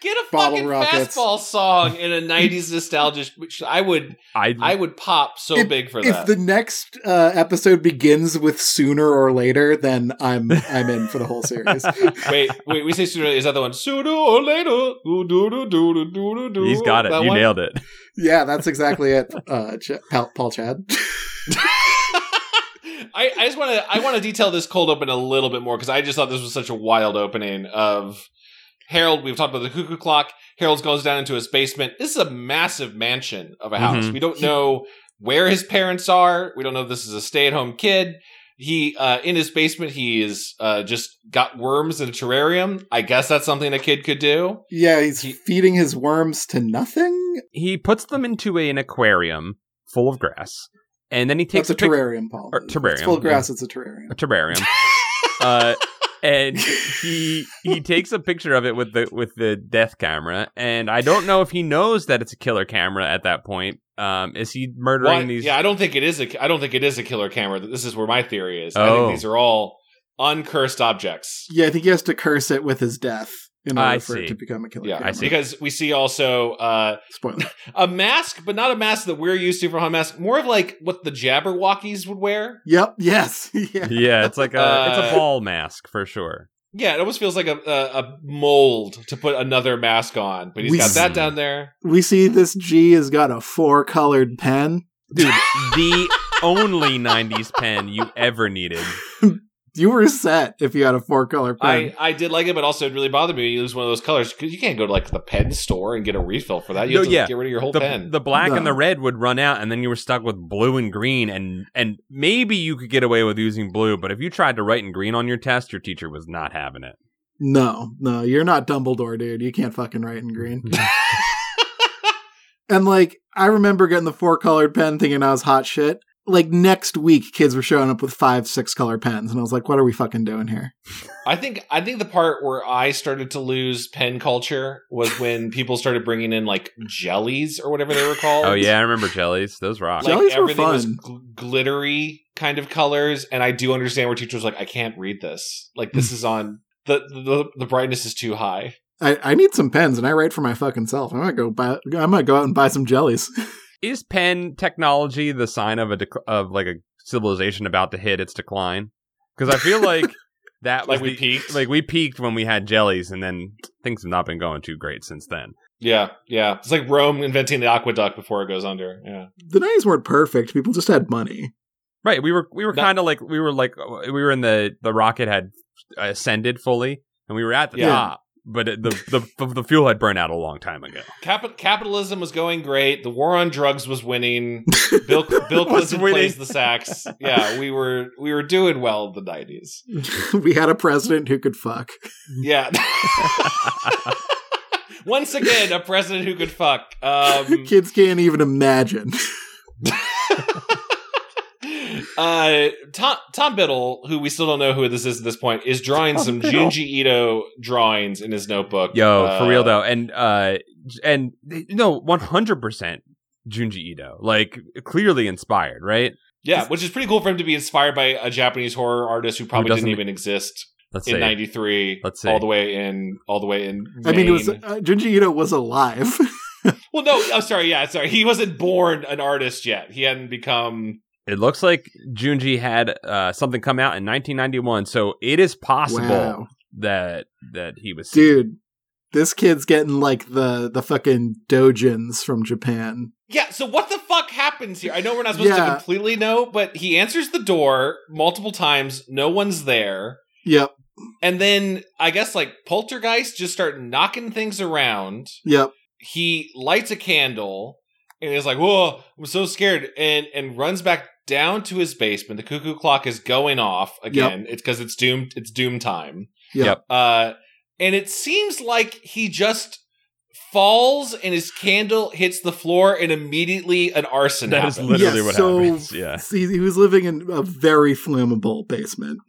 Speaker 1: Get a
Speaker 3: Bottle
Speaker 1: fucking
Speaker 3: rockets.
Speaker 1: fastball song
Speaker 3: [LAUGHS]
Speaker 1: in a '90s nostalgia. Which I would,
Speaker 2: I,
Speaker 1: I would pop so
Speaker 3: If-
Speaker 1: big for
Speaker 3: if
Speaker 1: that.
Speaker 3: the next uh, episode begins with sooner or later, then I'm I'm in for the whole
Speaker 2: [LAUGHS]
Speaker 3: series.
Speaker 1: wait, wait, we say sooner. Is that the one? Sooner or later, do do do do do do.
Speaker 2: he's got it.
Speaker 1: That
Speaker 2: You
Speaker 1: one?
Speaker 2: nailed it.
Speaker 3: yeah, that's exactly it. Uh, Ch- Pal- Paul Chad.
Speaker 1: I, I just want to I want to detail this cold open a little bit more because I just thought this was such a wild opening of Harold. We've talked about the cuckoo clock. Harold goes down into his basement. This is a massive mansion of a house.
Speaker 2: Mhm.
Speaker 1: We don't know where his parents are. We don't know if this is a stay at home kid. He uh, in his basement. He is uh, just got worms in a terrarium. I guess that's something a kid could do.
Speaker 3: Yeah, he's
Speaker 1: He-
Speaker 3: feeding his worms to nothing.
Speaker 2: He puts them into an aquarium full of grass, and then he takes
Speaker 3: That's a
Speaker 2: pic-
Speaker 3: terrarium, Paul.
Speaker 2: or
Speaker 3: It's
Speaker 2: terrarium,
Speaker 3: full of
Speaker 2: yeah.
Speaker 3: grass. It's a
Speaker 2: a
Speaker 3: terrarium. [LAUGHS]
Speaker 2: terrarium. uh, and he he takes a picture of it with the with the death camera, and I don't know if he knows that it's a killer camera at that point. Um, is he murdering
Speaker 1: Well,
Speaker 2: these?
Speaker 1: Yeah, I don't think it is a. I don't think it is a killer camera. This is where my theory is. I
Speaker 2: Oh.
Speaker 1: think these are all uncursed objects.
Speaker 3: Yeah, I think he has to curse it with his death in order
Speaker 2: I
Speaker 3: for it
Speaker 2: see.
Speaker 3: to become a killer.
Speaker 1: Yeah,
Speaker 3: camera.
Speaker 1: because we see also uh,
Speaker 3: Spoiler.
Speaker 1: a mask, but not a mask that we're used to from Hot Mask. More of like what the Jabberwockies would wear.
Speaker 3: yep. Yes. [LAUGHS] yeah.
Speaker 2: Yeah, it's like a it's
Speaker 1: Uh,
Speaker 2: a ball mask for sure.
Speaker 1: Yeah, it almost feels like a a, a mold to put another mask on. But he's
Speaker 3: We
Speaker 1: got that
Speaker 2: see.
Speaker 1: down there.
Speaker 3: We see this G has got a four-colored pen.
Speaker 1: [LAUGHS]
Speaker 2: Dude, the only 90s pen you ever needed.
Speaker 3: You were set if you had a four-color pen.
Speaker 1: I, I did like it, but also it really bothered me. You lose one of those colors because you can't go to like the pen store and get a refill for that. You
Speaker 2: No,
Speaker 1: have to
Speaker 2: yeah.
Speaker 1: get rid of your whole
Speaker 2: The,
Speaker 1: pen.
Speaker 2: the black and
Speaker 3: No.
Speaker 2: the red would run out and then you were stuck with blue and green and and maybe you could get away with using blue, but if you tried to write in green on your test, your teacher was not having it.
Speaker 3: No, no, you're not Dumbledore, dude. You can't fucking write in green. and like, I remember getting the four colored pen thinking I was hot shit. Like next week, kids were showing up with five, six color pens, and I was like, "What are we fucking doing here?"
Speaker 1: I think I think the part where I started to lose pen culture was when people started bringing in like jellies or whatever they were called.
Speaker 2: [LAUGHS] [LAUGHS] Oh yeah, I remember jellies. Those rock.
Speaker 1: like
Speaker 3: Jellies were
Speaker 1: everything was
Speaker 3: fun.
Speaker 1: gl- glittery kind of colors. And I do understand where teachers were like I can't read this. Like this
Speaker 3: Hmm.
Speaker 1: is on the the, the brightness is too high.
Speaker 3: I, I need some pens, and I write for my fucking self. I'm gonna go buy. I'm gonna go out and buy some jellies.
Speaker 2: Is pen technology the sign of a dec of like a civilization about to hit its decline? Cuz I feel like
Speaker 1: [LAUGHS]
Speaker 2: that
Speaker 1: Like
Speaker 2: was
Speaker 1: we
Speaker 2: the-
Speaker 1: peaked.
Speaker 2: like we peaked when we had jellies and then things have not been going too great since then.
Speaker 1: yeah, yeah. It's like Rome inventing the aqueduct before it goes under. Yeah.
Speaker 3: the nineties weren't perfect. People just had money. [LAUGHS]
Speaker 2: Right, we were we were
Speaker 1: No.
Speaker 2: kind of like we were like we were in the the rocket had ascended fully and we were at the
Speaker 1: Yeah.
Speaker 2: top, but it, the the the fuel had burned out a long time ago.
Speaker 1: Cap- capitalism was going great. The war on drugs was
Speaker 3: [LAUGHS]
Speaker 1: winning. Bill Bill
Speaker 2: Was
Speaker 1: Clinton
Speaker 2: winning.
Speaker 1: plays the sax. Yeah, we were we were doing well in the nineties.
Speaker 3: we had a president who could fuck.
Speaker 1: Yeah. [LAUGHS] Once again, a president who could fuck. Um,
Speaker 3: Kids can't even imagine.
Speaker 1: uh, Tom, Tom Biddle, who we still don't know who this is at this point, is drawing
Speaker 3: Tom
Speaker 1: some
Speaker 3: Biddle.
Speaker 1: Junji Ito drawings in his notebook.
Speaker 2: Yo, for
Speaker 1: Uh,
Speaker 2: real though, and uh and no, one hundred percent Junji Ito, like clearly inspired, right?
Speaker 1: Yeah, which is pretty cool for him to be inspired by a Japanese horror artist who probably didn't
Speaker 2: doesn't-
Speaker 1: even exist
Speaker 2: Let's
Speaker 1: in
Speaker 2: say
Speaker 1: '93.
Speaker 2: Let's see.
Speaker 1: all the way in, all the way in.
Speaker 3: I mean, it was
Speaker 1: Maine.
Speaker 3: uh, Junji Ito was alive. [LAUGHS]
Speaker 1: well, no, I'm sorry. Yeah, sorry. He wasn't born an artist yet. He hadn't become.
Speaker 2: it looks like Junji had uh something come out in 1991, so it is possible
Speaker 3: Wow.
Speaker 2: that that he was
Speaker 3: dude this kid's getting like the the fucking dojins from japan
Speaker 1: Yeah, so what the fuck happens here? I know we're not supposed to
Speaker 3: Yeah.
Speaker 1: completely know, but he answers the door multiple times. No one's there.
Speaker 3: yep
Speaker 1: And then I guess like poltergeists just start knocking things around.
Speaker 3: yep
Speaker 1: He lights a candle and is like, "Whoa, I'm so scared!" and and runs back down to his basement. The cuckoo clock is going off again. It's because it's doomed. It's doom time.
Speaker 3: Yep.
Speaker 2: Yep.
Speaker 1: Uh, and it seems like he just falls and his candle hits the floor and immediately an arson.
Speaker 2: That is
Speaker 1: happens.
Speaker 2: literally
Speaker 3: Yeah,
Speaker 2: what
Speaker 3: so-
Speaker 2: happens. Yeah.
Speaker 3: [LAUGHS] See, he was living in a very flammable basement [LAUGHS]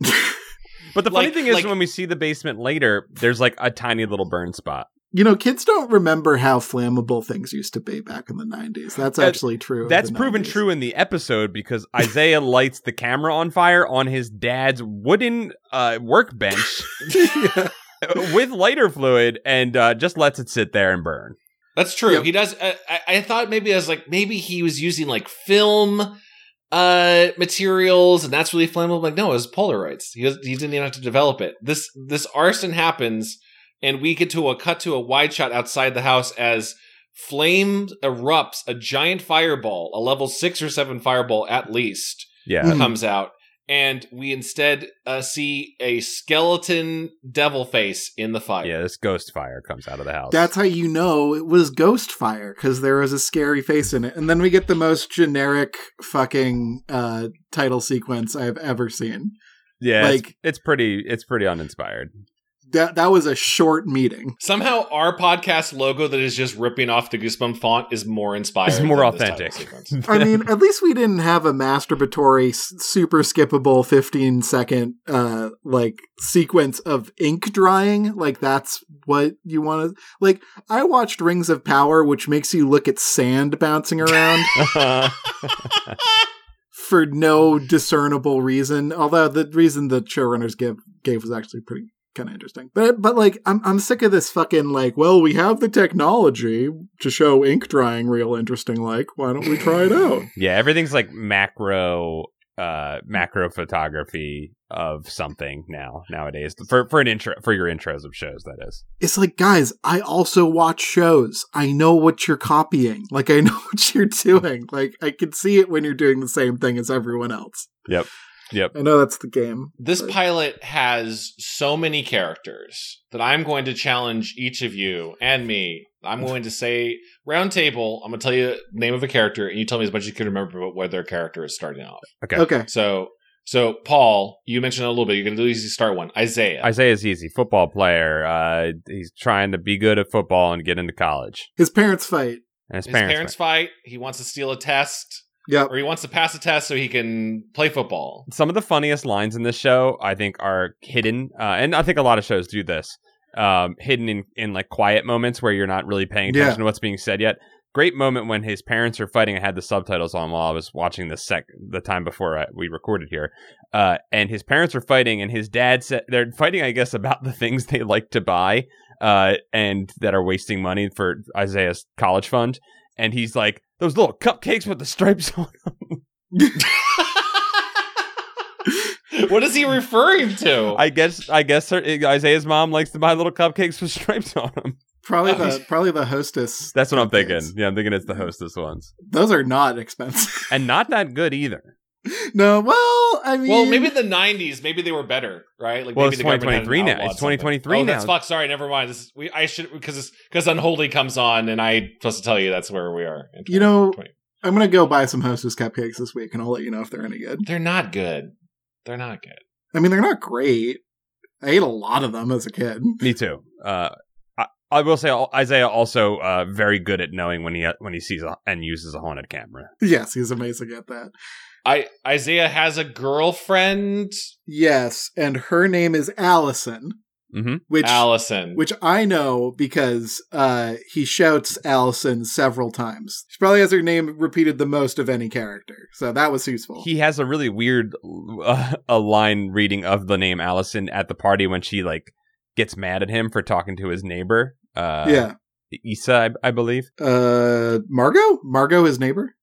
Speaker 2: But the funny
Speaker 1: Like-
Speaker 2: thing is,
Speaker 1: like-
Speaker 2: when we see the basement later, there's like a tiny little burn spot.
Speaker 3: you know kids don't remember how flammable things used to be back in the 90s that's
Speaker 2: That-
Speaker 3: actually true of
Speaker 2: That's
Speaker 3: the
Speaker 2: proven
Speaker 3: 90s.
Speaker 2: true in the episode because Isaiah lights the camera on fire on his dad's wooden uh, workbench
Speaker 3: [LAUGHS] Yeah.
Speaker 2: [LAUGHS] with lighter fluid and uh, just lets it sit there and burn.
Speaker 1: That's true.
Speaker 3: Yep.
Speaker 1: He does. I, I- I thought maybe I was like maybe he was using like film uh materials and that's really flammable. Like no, it was Polaroids. He was, he didn't even have to develop it. This this arson happens, and we get to a cut to a wide shot outside the house as flame erupts. A giant fireball, a level six or seven fireball at least,
Speaker 2: Yeah.
Speaker 3: Mhm.
Speaker 1: comes out. and we instead uh, see a skeleton devil face in the fire.
Speaker 2: Yeah, this ghost fire comes out of the house.
Speaker 3: That's how you know it was ghost fire because there was a scary face in it. And then we get the most generic fucking uh, title sequence I've ever seen.
Speaker 2: yeah, it's-
Speaker 3: like-
Speaker 2: it's pretty it's pretty uninspired.
Speaker 3: That that was a short meeting.
Speaker 1: Somehow, our podcast logo that is just ripping off the Goosebump font is more inspiring.
Speaker 2: It's more
Speaker 1: than this
Speaker 2: authentic.
Speaker 1: title sequence.
Speaker 3: I [LAUGHS] mean, at least we didn't have a masturbatory, s- super skippable fifteen second uh like sequence of ink drying. Like that's what you want to like. I watched Rings of Power, which makes you look at sand bouncing around. for no discernible reason. Although the reason the showrunners give gave was actually pretty kind of interesting. But but like I'm I'm sick of this fucking like, well, we have the technology to show ink drying real interesting like, why don't we try it out?
Speaker 2: [LAUGHS] yeah, everything's like macro uh macro photography of something now nowadays for for an intro for your intros of shows that is
Speaker 3: It's like, guys, I also watch shows. I know what you're copying. [LAUGHS] Like I know what you're doing. Like I can see it when you're doing the same thing as everyone else.
Speaker 2: Yep. Yep.
Speaker 3: I know that's the game.
Speaker 1: This
Speaker 3: Right.
Speaker 1: pilot has so many characters that I'm going to challenge each of you and me. I'm going to say round table. I'm going to tell you the name of a character, and you tell me as much as you can remember about where their character is starting off.
Speaker 2: Yeah.
Speaker 3: Okay.
Speaker 1: So, so Paul, you mentioned a little bit. You can easily start one. Isaiah.
Speaker 2: Isaiah's easy football player. Uh, he's trying to be good at football and get into college.
Speaker 3: His parents fight.
Speaker 2: And his,
Speaker 1: His
Speaker 2: parents,
Speaker 1: parents, fight. He wants to steal a test,
Speaker 3: Yep.
Speaker 1: or he wants to pass a test so he can play football.
Speaker 2: some of the funniest lines in this show, I think, are hidden, uh, and I think a lot of shows do this, um, hidden in in like quiet moments where you're not really paying
Speaker 3: Yeah.
Speaker 2: attention to what's being said yet. Great moment when his parents are fighting. I had the subtitles on while I was watching the sec the time before I, we recorded here, uh, and his parents are fighting, and his dad said they're fighting, I guess, about the things they like to buy, uh, and that are wasting money for Isaiah's college fund, and he's like. Those little cupcakes with the stripes on. 'em."
Speaker 1: [LAUGHS] what is he referring to?
Speaker 2: I guess. I guess her, Isaiah's mom likes to buy little cupcakes with stripes on them.
Speaker 3: Probably the probably the hostess.
Speaker 2: [LAUGHS] That's what I'm thinking.
Speaker 3: Yes.
Speaker 2: Yeah, I'm thinking it's the hostess ones.
Speaker 3: Those are not expensive. [LAUGHS]
Speaker 2: And not that good either.
Speaker 3: No, well, I mean,
Speaker 1: well, maybe the '90s. Maybe they were better, right? Like
Speaker 2: Well,
Speaker 1: maybe
Speaker 2: it's
Speaker 1: the government
Speaker 2: 2023 now.
Speaker 1: hadn't outlawed
Speaker 2: It's 2023
Speaker 1: something. Oh, that's
Speaker 2: now.
Speaker 1: fuck. Sorry, never mind. This, we I should because because unholy comes on, and I supposed to tell you that's where we are. in
Speaker 3: You know-
Speaker 1: 2020.
Speaker 3: I'm gonna go buy some Hostess cupcakes this week, and I'll let you know if they're any good.
Speaker 1: they're not good. They're not good.
Speaker 3: I mean, they're not great. I ate a lot of them as a kid. [LAUGHS]
Speaker 2: Me too. Uh, I, I will say al- Isaiah also uh, very good at knowing when he uh, when he sees a, and uses a haunted camera.
Speaker 3: Yes, he's amazing at that.
Speaker 1: I Isaiah has a girlfriend,
Speaker 3: Yes, and her name is Allison,
Speaker 2: hmm
Speaker 3: which
Speaker 1: Allison.
Speaker 3: which I know because uh, he shouts Allison several times. She probably has her name repeated the most of any character, so that was useful.
Speaker 2: He has a really weird uh, [LAUGHS] a line reading of the name Allison at the party when she like gets mad at him for talking to his neighbor. Uh,
Speaker 3: yeah,
Speaker 2: Issa, I, I believe.
Speaker 3: uh, Margot, Margot, his neighbor.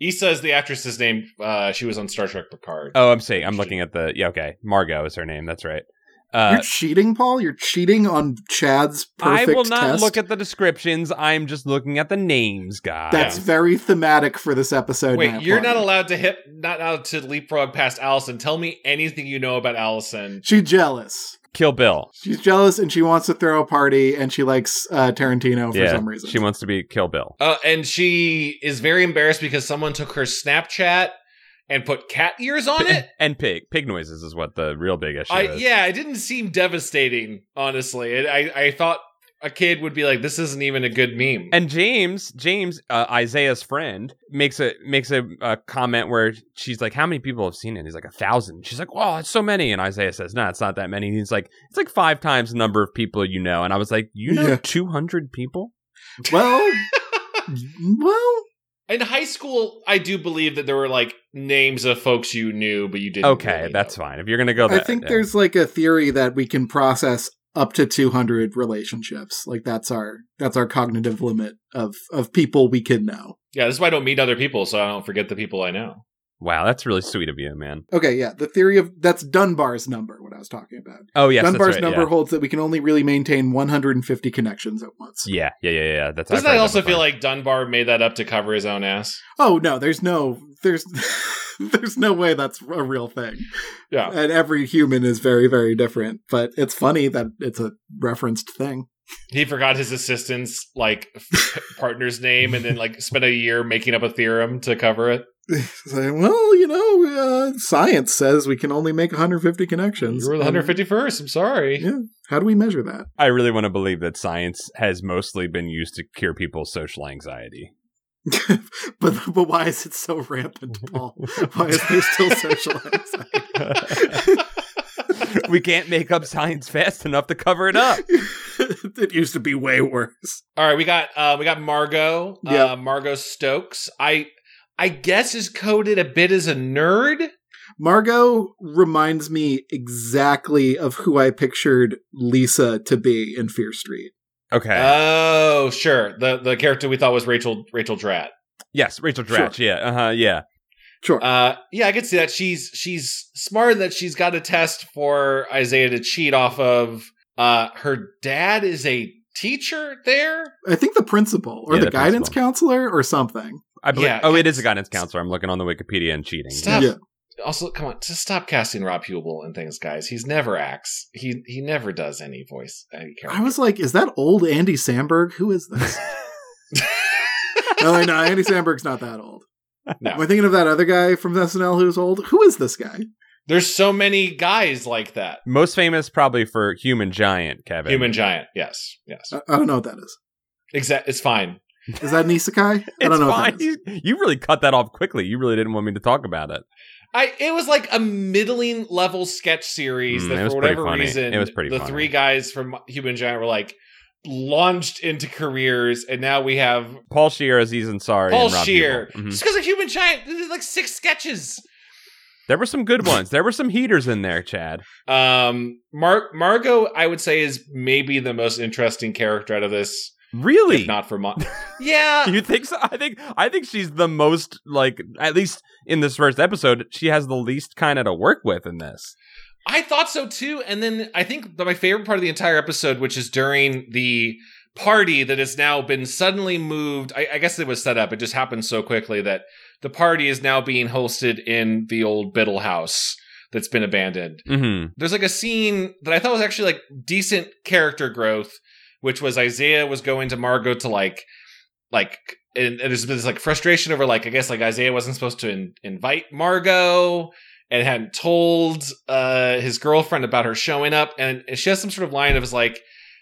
Speaker 1: Issa is the actress's name. Uh, she was on Star Trek Picard.
Speaker 2: Oh, I'm saying I'm looking at the yeah. Okay, Margot is her name. That's right. Uh,
Speaker 3: You're cheating, Paul. You're cheating on Chad's perfect
Speaker 2: I will not
Speaker 3: test.
Speaker 2: look at the descriptions. I'm just looking at the names, guys.
Speaker 3: That's very thematic for this episode. and I
Speaker 1: Wait, you're
Speaker 3: applaud
Speaker 1: not
Speaker 3: it.
Speaker 1: allowed to hip, not allowed to leapfrog past Allison. Tell me anything you know about Allison.
Speaker 3: She's jealous.
Speaker 2: Kill Bill.
Speaker 3: She's jealous, and she wants to throw a party, and she likes uh, Tarantino for
Speaker 2: yeah,
Speaker 3: some reason.
Speaker 2: she wants to be Kill Bill.
Speaker 1: Uh, and she is very embarrassed because someone took her Snapchat and put cat ears on it.
Speaker 2: [LAUGHS] and pig, pig noises is what the real big issue
Speaker 1: I
Speaker 2: is.
Speaker 1: yeah, it didn't seem devastating, honestly. It, I I thought a kid would be like, this isn't even a good meme.
Speaker 2: And James, James, uh, Isaiah's friend, makes a makes a, a comment where she's like, "How many people have seen it?" He's like, "A thousand. She's like, "Wow, it's so many." And Isaiah says, "No, it's not that many." And he's like, "It's like five times the number of people you know." And I was like, "You know,
Speaker 3: Yeah.
Speaker 2: two hundred people." [LAUGHS]
Speaker 3: well, well,
Speaker 1: In high school, I do believe that there were like names of folks you knew, but you didn't.
Speaker 2: Okay,
Speaker 1: really
Speaker 2: that's
Speaker 1: know.
Speaker 2: fine. If you're gonna go,
Speaker 3: I
Speaker 2: that,
Speaker 3: think
Speaker 2: yeah.
Speaker 3: there's like a theory that we can process up to 200 relationships. Like that's our that's our cognitive limit of of people we can know.
Speaker 1: Yeah, this is why I don't meet other people, so I don't forget the people I know.
Speaker 2: Wow, that's really sweet of you, man.
Speaker 3: Okay, yeah. The theory of that's Dunbar's number, what I was talking about.
Speaker 2: Oh yes,
Speaker 3: Dunbar's
Speaker 2: that's right,
Speaker 3: number
Speaker 2: yeah.
Speaker 3: holds that we can only really maintain 150 connections at once.
Speaker 2: Yeah, yeah, yeah, yeah. That's
Speaker 1: Doesn't
Speaker 2: I've
Speaker 1: that
Speaker 2: heard
Speaker 1: also
Speaker 2: before.
Speaker 1: feel like Dunbar made that up to cover his own ass?
Speaker 3: Oh no, there's no there's [LAUGHS] there's no way that's a real thing.
Speaker 1: Yeah.
Speaker 3: And every human is very very different, but it's funny that it's a referenced thing.
Speaker 1: He forgot his assistant's like [LAUGHS] partner's name and then like spent a year making up a theorem to cover it.
Speaker 3: [LAUGHS] It's like, well, you know, uh, science says we can only make 150 connections.
Speaker 1: You were the
Speaker 3: And
Speaker 1: 151st. I'm sorry.
Speaker 3: Yeah. How do we measure that? [LAUGHS]
Speaker 2: I really want to believe that science has mostly been used to cure people's social anxiety.
Speaker 3: but but why is it so rampant, Paul? Why is there still social anxiety?
Speaker 2: [LAUGHS] we can't make up science fast enough to cover it up.
Speaker 3: [LAUGHS] it used to be way worse.
Speaker 1: [LAUGHS] All right, we got uh, we got Margot. Uh,
Speaker 3: Yeah.
Speaker 1: Margot Stokes. I I guess is coded a bit as a nerd.
Speaker 3: Margot reminds me exactly of who I pictured Lisa to be in Fear Street.
Speaker 2: [LAUGHS] Okay.
Speaker 1: Oh, sure. The the character we thought was Rachel Rachel Drat.
Speaker 2: yes, Rachel Dratch. Yeah. Uh huh. Yeah.
Speaker 3: Sure.
Speaker 1: Uh, yeah, I could see that. She's she's smart in that she's got a test for Isaiah to cheat off of. Uh, her dad is a teacher there.
Speaker 3: I think the principal or
Speaker 2: Yeah,
Speaker 3: the,
Speaker 2: the
Speaker 3: guidance
Speaker 2: principal.
Speaker 3: counselor or something.
Speaker 2: I believe.
Speaker 1: Yeah.
Speaker 2: oh, it is a guidance counselor. I'm looking on the Wikipedia and cheating.
Speaker 1: Stop.
Speaker 3: Yeah.
Speaker 1: Also, come on, just stop casting Rob Hubel and things, guys. He's never acts. He he never does any voice. Any character.
Speaker 3: I was like, is that old Andy Samberg? Who is this?
Speaker 2: [LAUGHS]
Speaker 3: no, I know Andy Samberg's not that old.
Speaker 1: No.
Speaker 3: Am I thinking of that other guy from SNL who's old? Who is this guy?
Speaker 1: There's so many guys like that.
Speaker 2: Most famous probably for Human Giant, Kevin.
Speaker 1: Human giant. Yes. Yes.
Speaker 3: I, I don't know what that is.
Speaker 1: Exact. It's fine.
Speaker 3: Is that an isekai? I
Speaker 2: It's
Speaker 3: don't know
Speaker 2: fine.
Speaker 3: what that is.
Speaker 2: You, you really cut that off quickly. You really didn't want me to talk about it.
Speaker 1: I. It was like a middling level sketch series
Speaker 2: Mm, it
Speaker 1: that
Speaker 2: was
Speaker 1: for
Speaker 2: pretty
Speaker 1: whatever
Speaker 2: funny.
Speaker 1: reason
Speaker 2: It was pretty
Speaker 1: the
Speaker 2: funny.
Speaker 1: three guys from Human Giant were like launched into careers, and now we have
Speaker 2: Paul Shear, Aziz Ansari,
Speaker 1: Paul
Speaker 2: and Rob
Speaker 1: Shear.
Speaker 2: Hubel. Mhm.
Speaker 1: Just because of Human Giant, they did like six sketches.
Speaker 2: There were some good ones. There were some heaters in there, Chad.
Speaker 1: Um, Mar- Margot, I would say, is maybe the most interesting character out of this.
Speaker 2: Really?
Speaker 1: If not for
Speaker 2: [LAUGHS]
Speaker 1: Mon. yeah.
Speaker 2: you think so? I think I think she's the most like at least in this first episode, she has the least kind of to work with in this.
Speaker 1: I thought so too. And then I think the, my favorite part of the entire episode, which is during the party that has now been suddenly moved. I, I guess it was set up. It just happened so quickly that the party is now being hosted in the old Biddle house that's been abandoned.
Speaker 2: Mm-hmm.
Speaker 1: There's like a scene that I thought was actually like decent character growth, which was Isaiah was going to Margot to like, like, and, and there's been this like frustration over like I guess like Isaiah wasn't supposed to in, invite Margot and hadn't told uh his girlfriend about her showing up, and, and she has some sort of line of is like,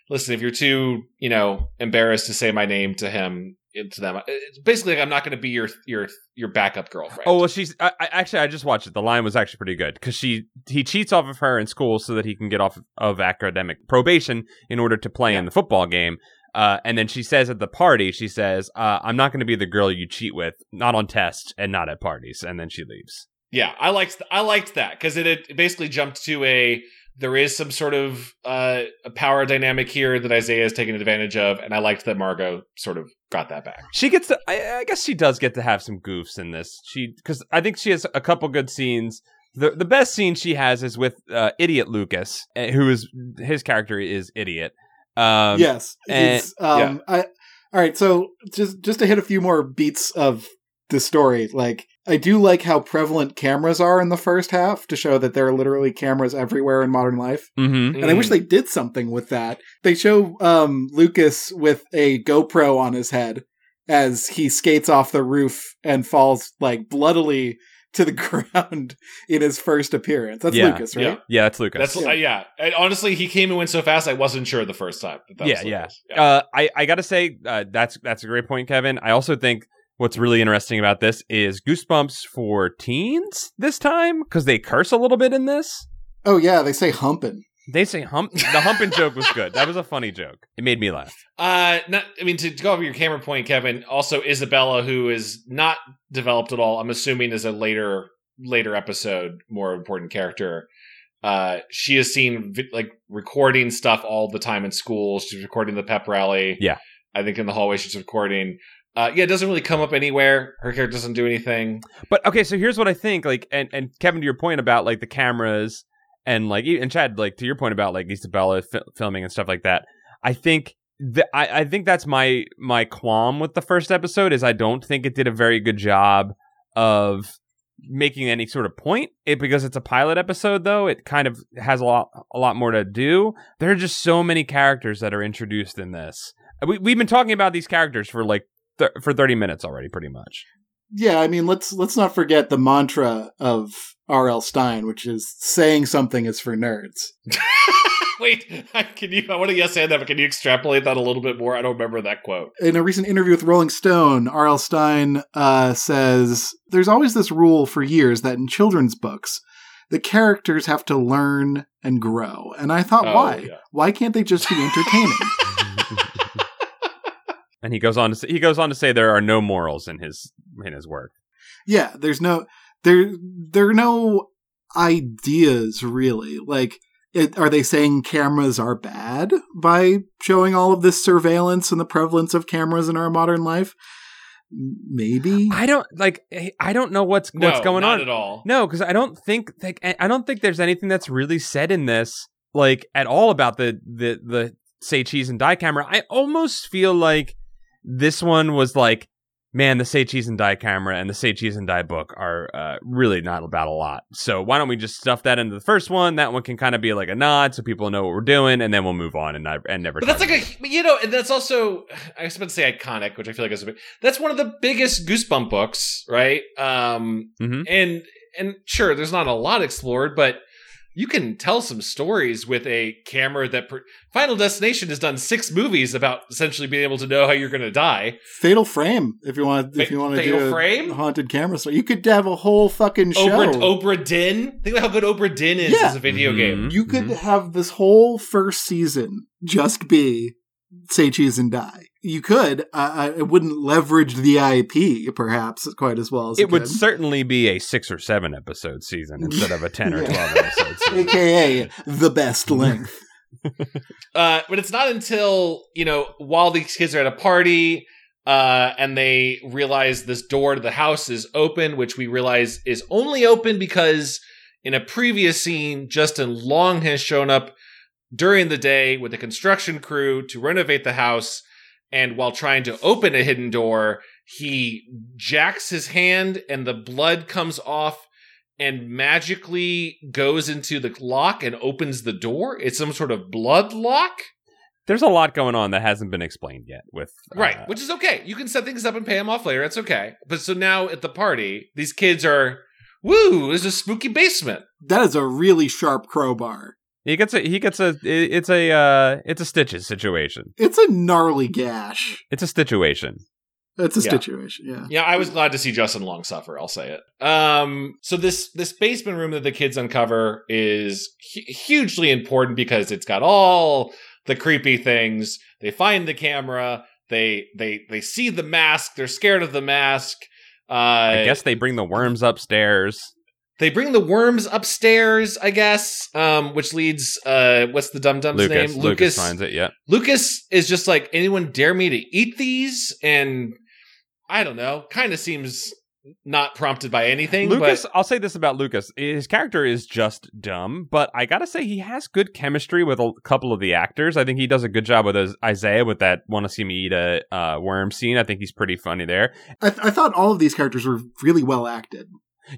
Speaker 1: listen, if you're too you know embarrassed to say my name to him to them, it's basically like I'm not going to be your your your backup girlfriend.
Speaker 2: Oh well, she's I, I, actually I just watched it. The line was actually pretty good because she he cheats off of her in school so that he can get off of academic probation in order to play in the football game. Uh, and then she says at the party, she says, uh, "I'm not going to be the girl you cheat with, not on tests and not at parties." And then she leaves.
Speaker 1: Yeah, I liked I liked that because it, it basically jumped to a there is some sort of uh, a power dynamic here that Isaiah is taking advantage of, and I liked that Margot sort of got that back.
Speaker 2: She gets to, I, I guess she does get to have some goofs in this. She, because I think she has a couple good scenes. The, the best scene she has is with uh, idiot Lucas, eh, who is his character is idiot. Um,
Speaker 3: yes.
Speaker 2: and-
Speaker 3: It's, um, I, all right. So just just to hit a few more beats of the story, like I do like how prevalent cameras are in the first half to show that there are literally cameras everywhere in modern life.
Speaker 2: Mm-hmm.
Speaker 3: And I wish
Speaker 1: Mm.
Speaker 3: they did something with that. They show um, Lucas with a GoPro on his head as he skates off the roof and falls like bloodily to the [LAUGHS] ground in his first appearance. That's
Speaker 2: Yeah,
Speaker 3: Lucas,
Speaker 1: yeah.
Speaker 3: right?
Speaker 2: Yeah, that's Lucas.
Speaker 1: that's yeah. Uh, yeah. And honestly, he came and went so fast, I wasn't sure the first time. That that
Speaker 2: Yeah,
Speaker 1: was
Speaker 2: yeah.
Speaker 1: Lucas.
Speaker 2: uh, I I gotta say uh, that's that's a great point, Kevin. I also think what's really interesting about this is Goosebumps for teens this time because they curse a little bit in this.
Speaker 3: Oh yeah, they say humping.
Speaker 2: They say hump. The humping joke was good. That was a funny joke. It made me laugh.
Speaker 1: Uh, not, I mean, to, to go over your camera point, Kevin. Also, Isabella, who is not developed at all, I'm assuming is a later later episode, more important character. Uh, she has seen vi- like recording stuff all the time in school. She's recording the pep rally.
Speaker 2: Yeah.
Speaker 1: I think in the hallway she's recording. Uh, yeah, it doesn't really come up anywhere. Her character doesn't do
Speaker 2: [LAUGHS]
Speaker 1: anything.
Speaker 2: But okay, so here's what I think. Like, and and Kevin, to your point about like the cameras and like e- and Chad, like to your point about like Isabella fi- filming and stuff like that. I think the, I I think that's my my qualm with the first episode is I don't think it did a very good job of making any sort of point. It because it's a pilot episode though, it kind of has a lot a lot more to do. There are just so many characters that are introduced in this. We we've been talking about these characters for like th- for 30 minutes already pretty much.
Speaker 3: yeah i mean let's let's not forget the mantra of rl stein which is saying something is for nerds
Speaker 1: Wait, [LAUGHS] can you? I want to yes and that, but can you extrapolate that a little bit more? I don't remember that quote.
Speaker 3: in a recent interview with rolling stone rl stein uh, says there's always this rule for years that in children's books the characters have to learn and grow and i thought
Speaker 1: Oh,
Speaker 3: why
Speaker 1: yeah.
Speaker 3: why can't they
Speaker 1: [LAUGHS]
Speaker 3: just be entertaining
Speaker 2: [LAUGHS] and he goes on to say, he goes on to say there are no morals in his in his work.
Speaker 3: yeah there's no there there are no ideas really like it, are they saying cameras are bad by showing all of this surveillance and the prevalence of cameras in our modern life M- maybe
Speaker 2: I don't like I- I don't know what's
Speaker 1: No,
Speaker 2: what's going
Speaker 1: not
Speaker 2: on.
Speaker 1: at all?
Speaker 2: No, because I don't think like I I don't think there's anything that's really said in this like at all about the the the say cheese and die camera. I almost feel like this one was like, man, the say cheese and die camera and the say cheese and die book are uh, really not about a lot. So why don't we just stuff that into the first one? That one can kind of be like a nod, so people know what we're doing, and then we'll move on and not, and never.
Speaker 1: But that's
Speaker 2: touch
Speaker 1: like a but, you know, and that's also I was about to say iconic, which I feel like is a bit. That's one of the biggest Goosebump books, right? Um,
Speaker 2: Mhm.
Speaker 1: and and sure, there's not a lot explored, but you can tell some stories with a camera that. Per- Final Destination has done six movies about essentially being able to know how you're going to die.
Speaker 3: fatal frame if you want if
Speaker 1: Fa-
Speaker 3: you want to
Speaker 1: Fatal
Speaker 3: do a
Speaker 1: Frame?
Speaker 3: haunted camera so you could have a whole fucking show
Speaker 1: Oprah, Oprah Din, think about how good Oprah Din is
Speaker 3: Yeah.
Speaker 1: as a video
Speaker 2: Mhm.
Speaker 1: game.
Speaker 3: you could
Speaker 2: Mhm.
Speaker 3: have this whole first season just be say cheese and die you could uh, it wouldn't leverage the ip perhaps quite as well as it,
Speaker 2: it would
Speaker 3: could.
Speaker 2: certainly be a six or seven episode season instead of a ten
Speaker 1: [LAUGHS]
Speaker 2: or
Speaker 3: Yeah.
Speaker 2: twelve episode season.
Speaker 3: aka the best length.
Speaker 1: Uh, but it's not until you know while these kids are at a party uh, and they realize this door to the house is open, which we realize is only open because in a previous scene, Justin Long has shown up during the day with a construction crew to renovate the house. And while trying to open a hidden door, he jacks his hand and the blood comes off and magically goes into the lock and opens the door. It's some sort of blood lock.
Speaker 2: There's a lot going on that hasn't been explained yet. With uh,
Speaker 1: Right, which is okay. You can set things up and pay them off later. It's okay. But so now at the party, these kids are, woo, there's a spooky basement.
Speaker 3: That is a really sharp crowbar.
Speaker 2: he gets a he gets a it- it's a uh, it's a stitches situation.
Speaker 3: It's a gnarly gash.
Speaker 2: It's a situation.
Speaker 3: That's a
Speaker 1: Yeah.
Speaker 3: situation. Yeah.
Speaker 1: Yeah, I was glad to see Justin Long suffer. I'll say it. Um, so this this basement room that the kids uncover is hu- hugely important because it's got all the creepy things. They find the camera. They they they see the mask. They're scared of the mask. Uh,
Speaker 2: I guess they bring the worms upstairs.
Speaker 1: they bring the worms upstairs. I guess, um, which leads uh, what's the dum dum's
Speaker 2: Lucas,
Speaker 1: name?
Speaker 2: Lucas finds it. Yeah,
Speaker 1: Lucas is just like anyone dare me to eat these, and I don't know. Kind of seems not prompted by anything.
Speaker 2: Lucas. I'll say this about Lucas: his character is just dumb, but I gotta say he has good chemistry with a couple of the actors. I think he does a good job with those, Isaiah with that "want to see me eat a uh, worm" scene. I think he's pretty funny there.
Speaker 3: I, th- I thought all of these characters were really well acted.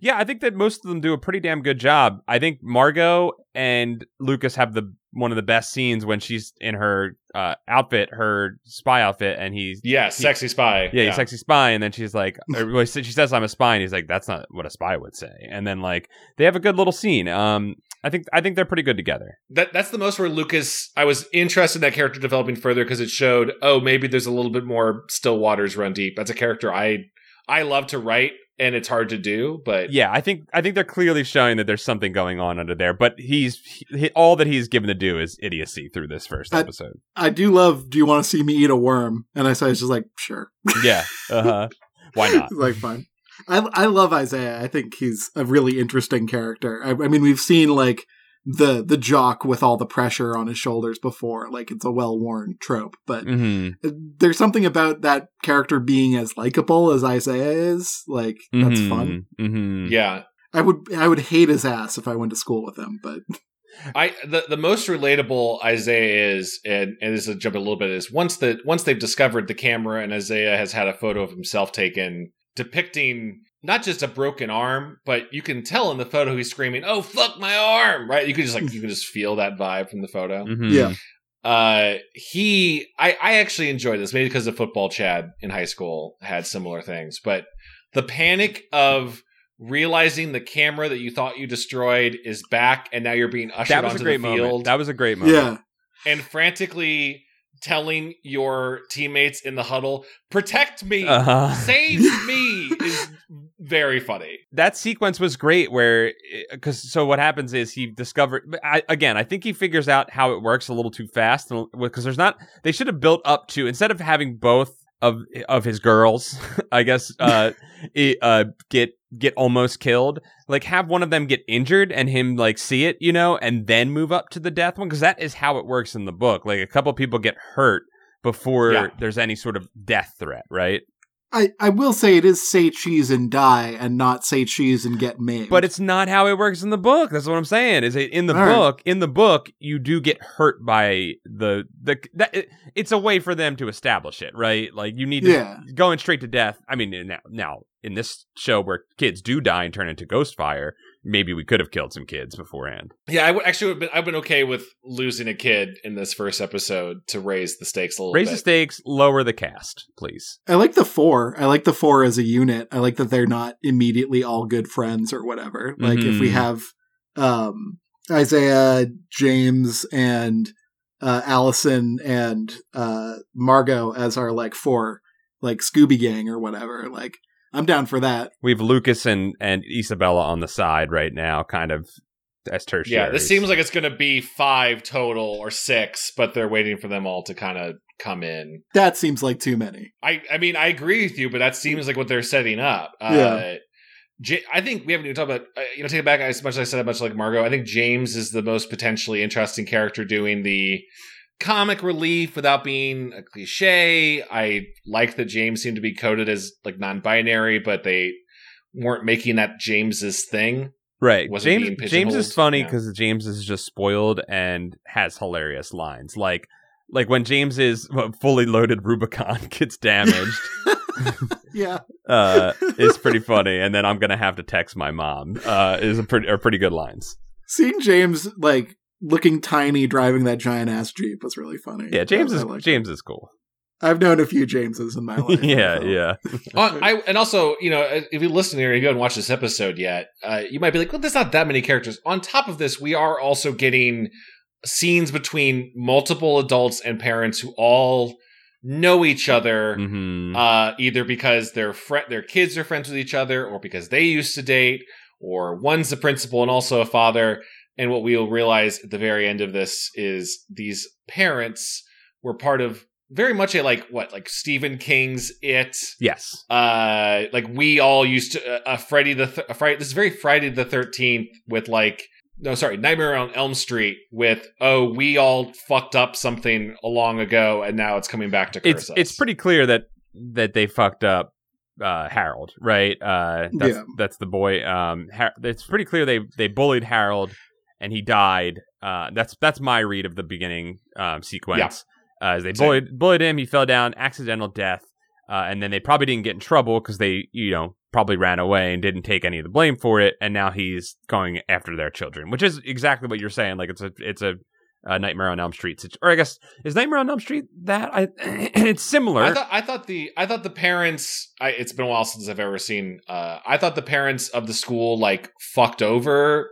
Speaker 2: Yeah, I think that most of them do a pretty damn good job. I think Margot and Lucas have the one of the best scenes when she's in her uh, outfit, her spy outfit, and he's
Speaker 1: but yeah, sexy spy.
Speaker 2: yeah, he's sexy spy, and then she's like, or, well, she says I'm a spy, and he's like, that's not what a spy would say, and then like they have a good little scene. Um, I think I think they're pretty good together.
Speaker 1: that that's the most where Lucas. I was interested in that character developing further because it showed oh maybe there's a little bit more still waters run deep. That's a character I I love to write and it's hard to do, but
Speaker 2: Yeah, I think I think they're clearly showing that there's something going on under there, but he's he, all that he's given to do is idiocy through this first
Speaker 3: I-
Speaker 2: episode.
Speaker 3: I do love. Do you want to see me eat a worm? And I was just like, sure.
Speaker 2: yeah, uh huh. Why
Speaker 3: [LAUGHS]
Speaker 2: not?
Speaker 3: like fine. I I love Isaiah. I think he's a really interesting character. I, I mean, we've seen like the the jock with all the pressure on his shoulders before. Like it's a well worn trope, but
Speaker 2: Mm-hmm.
Speaker 3: there's something about that character being as likable as Isaiah is. Like that's fun.
Speaker 2: Mm-hmm.
Speaker 1: Yeah.
Speaker 3: I would I would hate his ass if I went to school with him, but
Speaker 1: I the, the most relatable Isaiah is, and, and this is a jump a little bit, is once the once they've discovered the camera and Isaiah has had a photo of himself taken depicting not just a broken arm, but you can tell in the photo he's screaming, "Oh fuck my arm!" Right? You can just like you can just feel that vibe from the photo.
Speaker 2: Mhm.
Speaker 3: yeah.
Speaker 1: Uh, he, I, I actually enjoyed this maybe because the football Chad in high school had similar things, but the panic of realizing the camera that you thought you destroyed is back and now you're being ushered
Speaker 2: That was a
Speaker 1: onto
Speaker 2: great
Speaker 1: the field
Speaker 2: moment. That was a great moment.
Speaker 3: Yeah.
Speaker 1: and frantically telling your teammates in the huddle, protect me,
Speaker 2: Uh-huh. [LAUGHS]
Speaker 1: save me is very funny.
Speaker 2: that sequence was great where because so what happens is he discovered but I, again i think he figures out how it works a little too fast because there's not they should have built up to instead of having both of of his girls [LAUGHS] i guess uh, i- uh get get almost killed like have one of them get injured and him like see it you know and then move up to the death one because that is how it works in the book like a couple people get hurt before
Speaker 1: Yeah.
Speaker 2: there's any sort of death threat right
Speaker 3: I, I will say it is say cheese and die and not say cheese and get maimed.
Speaker 2: But it's not how it works in the book. That's what I'm saying. Is it in the
Speaker 3: All right.
Speaker 2: book? In the book, you do get hurt by the the that it, it's a way for them to establish it, right? Like you need to
Speaker 3: yeah.
Speaker 2: going straight to death. I mean, now now in this show where kids do die and turn into ghost fire, maybe we could have killed some kids beforehand.
Speaker 1: Yeah, I would actually have been, I've been okay with losing a kid in this first episode to raise the stakes a little
Speaker 2: Raise
Speaker 1: bit.
Speaker 2: the stakes, lower the cast, please.
Speaker 3: I like the four. I like the four as a unit. I like that they're not immediately all good friends or whatever. Like if we
Speaker 2: Mhm.
Speaker 3: have um Isaiah, James, and uh Allison and uh Margot as our like four like Scooby Gang or whatever, like I'm down for that.
Speaker 2: We have Lucas and and Isabella on the side right now, kind of as tertiary.
Speaker 1: yeah, this seems like it's going to be five total or six, but they're waiting for them all to kind of come in.
Speaker 3: That seems like too many.
Speaker 1: I, I mean, I agree with you, but that seems like what they're setting up. Uh,
Speaker 3: Yeah.
Speaker 1: J- I think we haven't even talked about, uh, you know, take it back as much as I said, much like Margot, I think James is the most potentially interesting character doing the comic relief without being a cliche. I like that James seemed to be coded as like non binary, but they weren't making that James's thing.
Speaker 2: Right.
Speaker 1: wasn't being
Speaker 2: James James is
Speaker 1: pigeonholed.
Speaker 2: funny
Speaker 1: Yeah.
Speaker 2: because James is just spoiled and has hilarious lines. Like like when James is uh, fully loaded Rubicon [LAUGHS] gets damaged
Speaker 3: Yeah.
Speaker 2: uh is pretty funny and then I'm going to have to text my mom. Uh is a pretty are pretty good lines.
Speaker 3: [LAUGHS] Seeing James like looking tiny driving that giant ass Jeep was really funny.
Speaker 1: Oh,
Speaker 2: Yeah, James
Speaker 3: I- I
Speaker 2: is
Speaker 3: liked it.
Speaker 2: James is cool.
Speaker 3: I've known a few Jameses in my life.
Speaker 2: [LAUGHS] yeah,
Speaker 3: so.
Speaker 2: yeah.
Speaker 1: Uh, I and also, you know, uh, if you listen here, if you haven't watched this episode yet, uh, you might be like, "Well, there's not that many characters." On top of this, we are also getting scenes between multiple adults and parents who all know each other,
Speaker 2: Mhm.
Speaker 1: uh, either because their fri their kids are friends with each other, or because they used to date, or one's the principal and also a father. And what we'll realize at the very end of this is these parents were part of very much a like what like Stephen King's It
Speaker 2: yes.
Speaker 1: uh like we all used to uh, uh, Friday the th- Friday this is very Friday the 13th with like no sorry Nightmare on Elm Street with oh we all fucked up something a long ago and now it's coming back to curse
Speaker 2: It's
Speaker 1: us.
Speaker 2: it's pretty clear that that they fucked up uh Harold, right? Uh that's
Speaker 3: Yeah.
Speaker 2: that's the boy. Um Har- it's pretty clear they they bullied Harold and he died. Uh that's that's my read of the beginning um sequence. Uh, as they
Speaker 1: Same.
Speaker 2: bullied bullied him, he fell down, accidental death. Uh, and then they probably didn't get in trouble because they, you know, probably ran away and didn't take any of the blame for it. And now he's going after their children, which is exactly what you're saying. Like it's a it's a, uh Nightmare on Elm Street, situ- or I guess is Nightmare on Elm Street that I [CLEARS THROAT] it's similar.
Speaker 1: I thought I thought the I thought the parents I, it's been a while since I've ever seen uh I thought the parents of the school like fucked over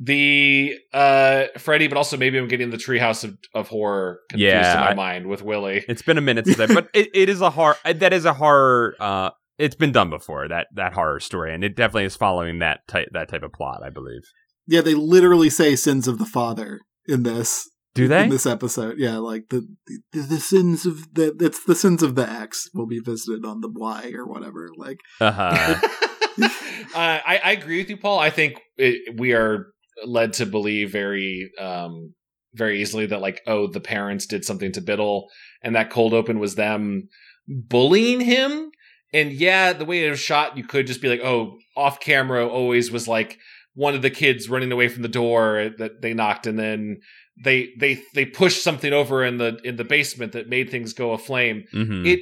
Speaker 1: the uh Freddy but also maybe I'm getting the treehouse of, of horror confused
Speaker 2: Yeah,
Speaker 1: in my
Speaker 2: I-
Speaker 1: mind with Willie.
Speaker 2: It's been a minute since I,
Speaker 1: [LAUGHS]
Speaker 2: but it, it is a horror. That is a horror. Uh, it's been done before that that horror story, and it definitely is following that type that type of plot. I believe.
Speaker 3: Yeah, they literally say sins of the father in this
Speaker 2: Do
Speaker 3: in
Speaker 2: they?
Speaker 3: this episode. Yeah, like the the, the sins of the it's the sins of the X will be visited on the Y or whatever. Like
Speaker 1: [LAUGHS]
Speaker 2: Uh huh.
Speaker 1: uh, I, I agree with you, Paul. I think it, we are led to believe very um very easily that like oh the parents did something to Biddle and that cold open was them bullying him. And yeah, the way it was shot, you could just be like, oh, off camera always was like one of the kids running away from the door that they knocked, and then they they they pushed something over in the in the basement that made things go aflame.
Speaker 2: Mhm.
Speaker 1: It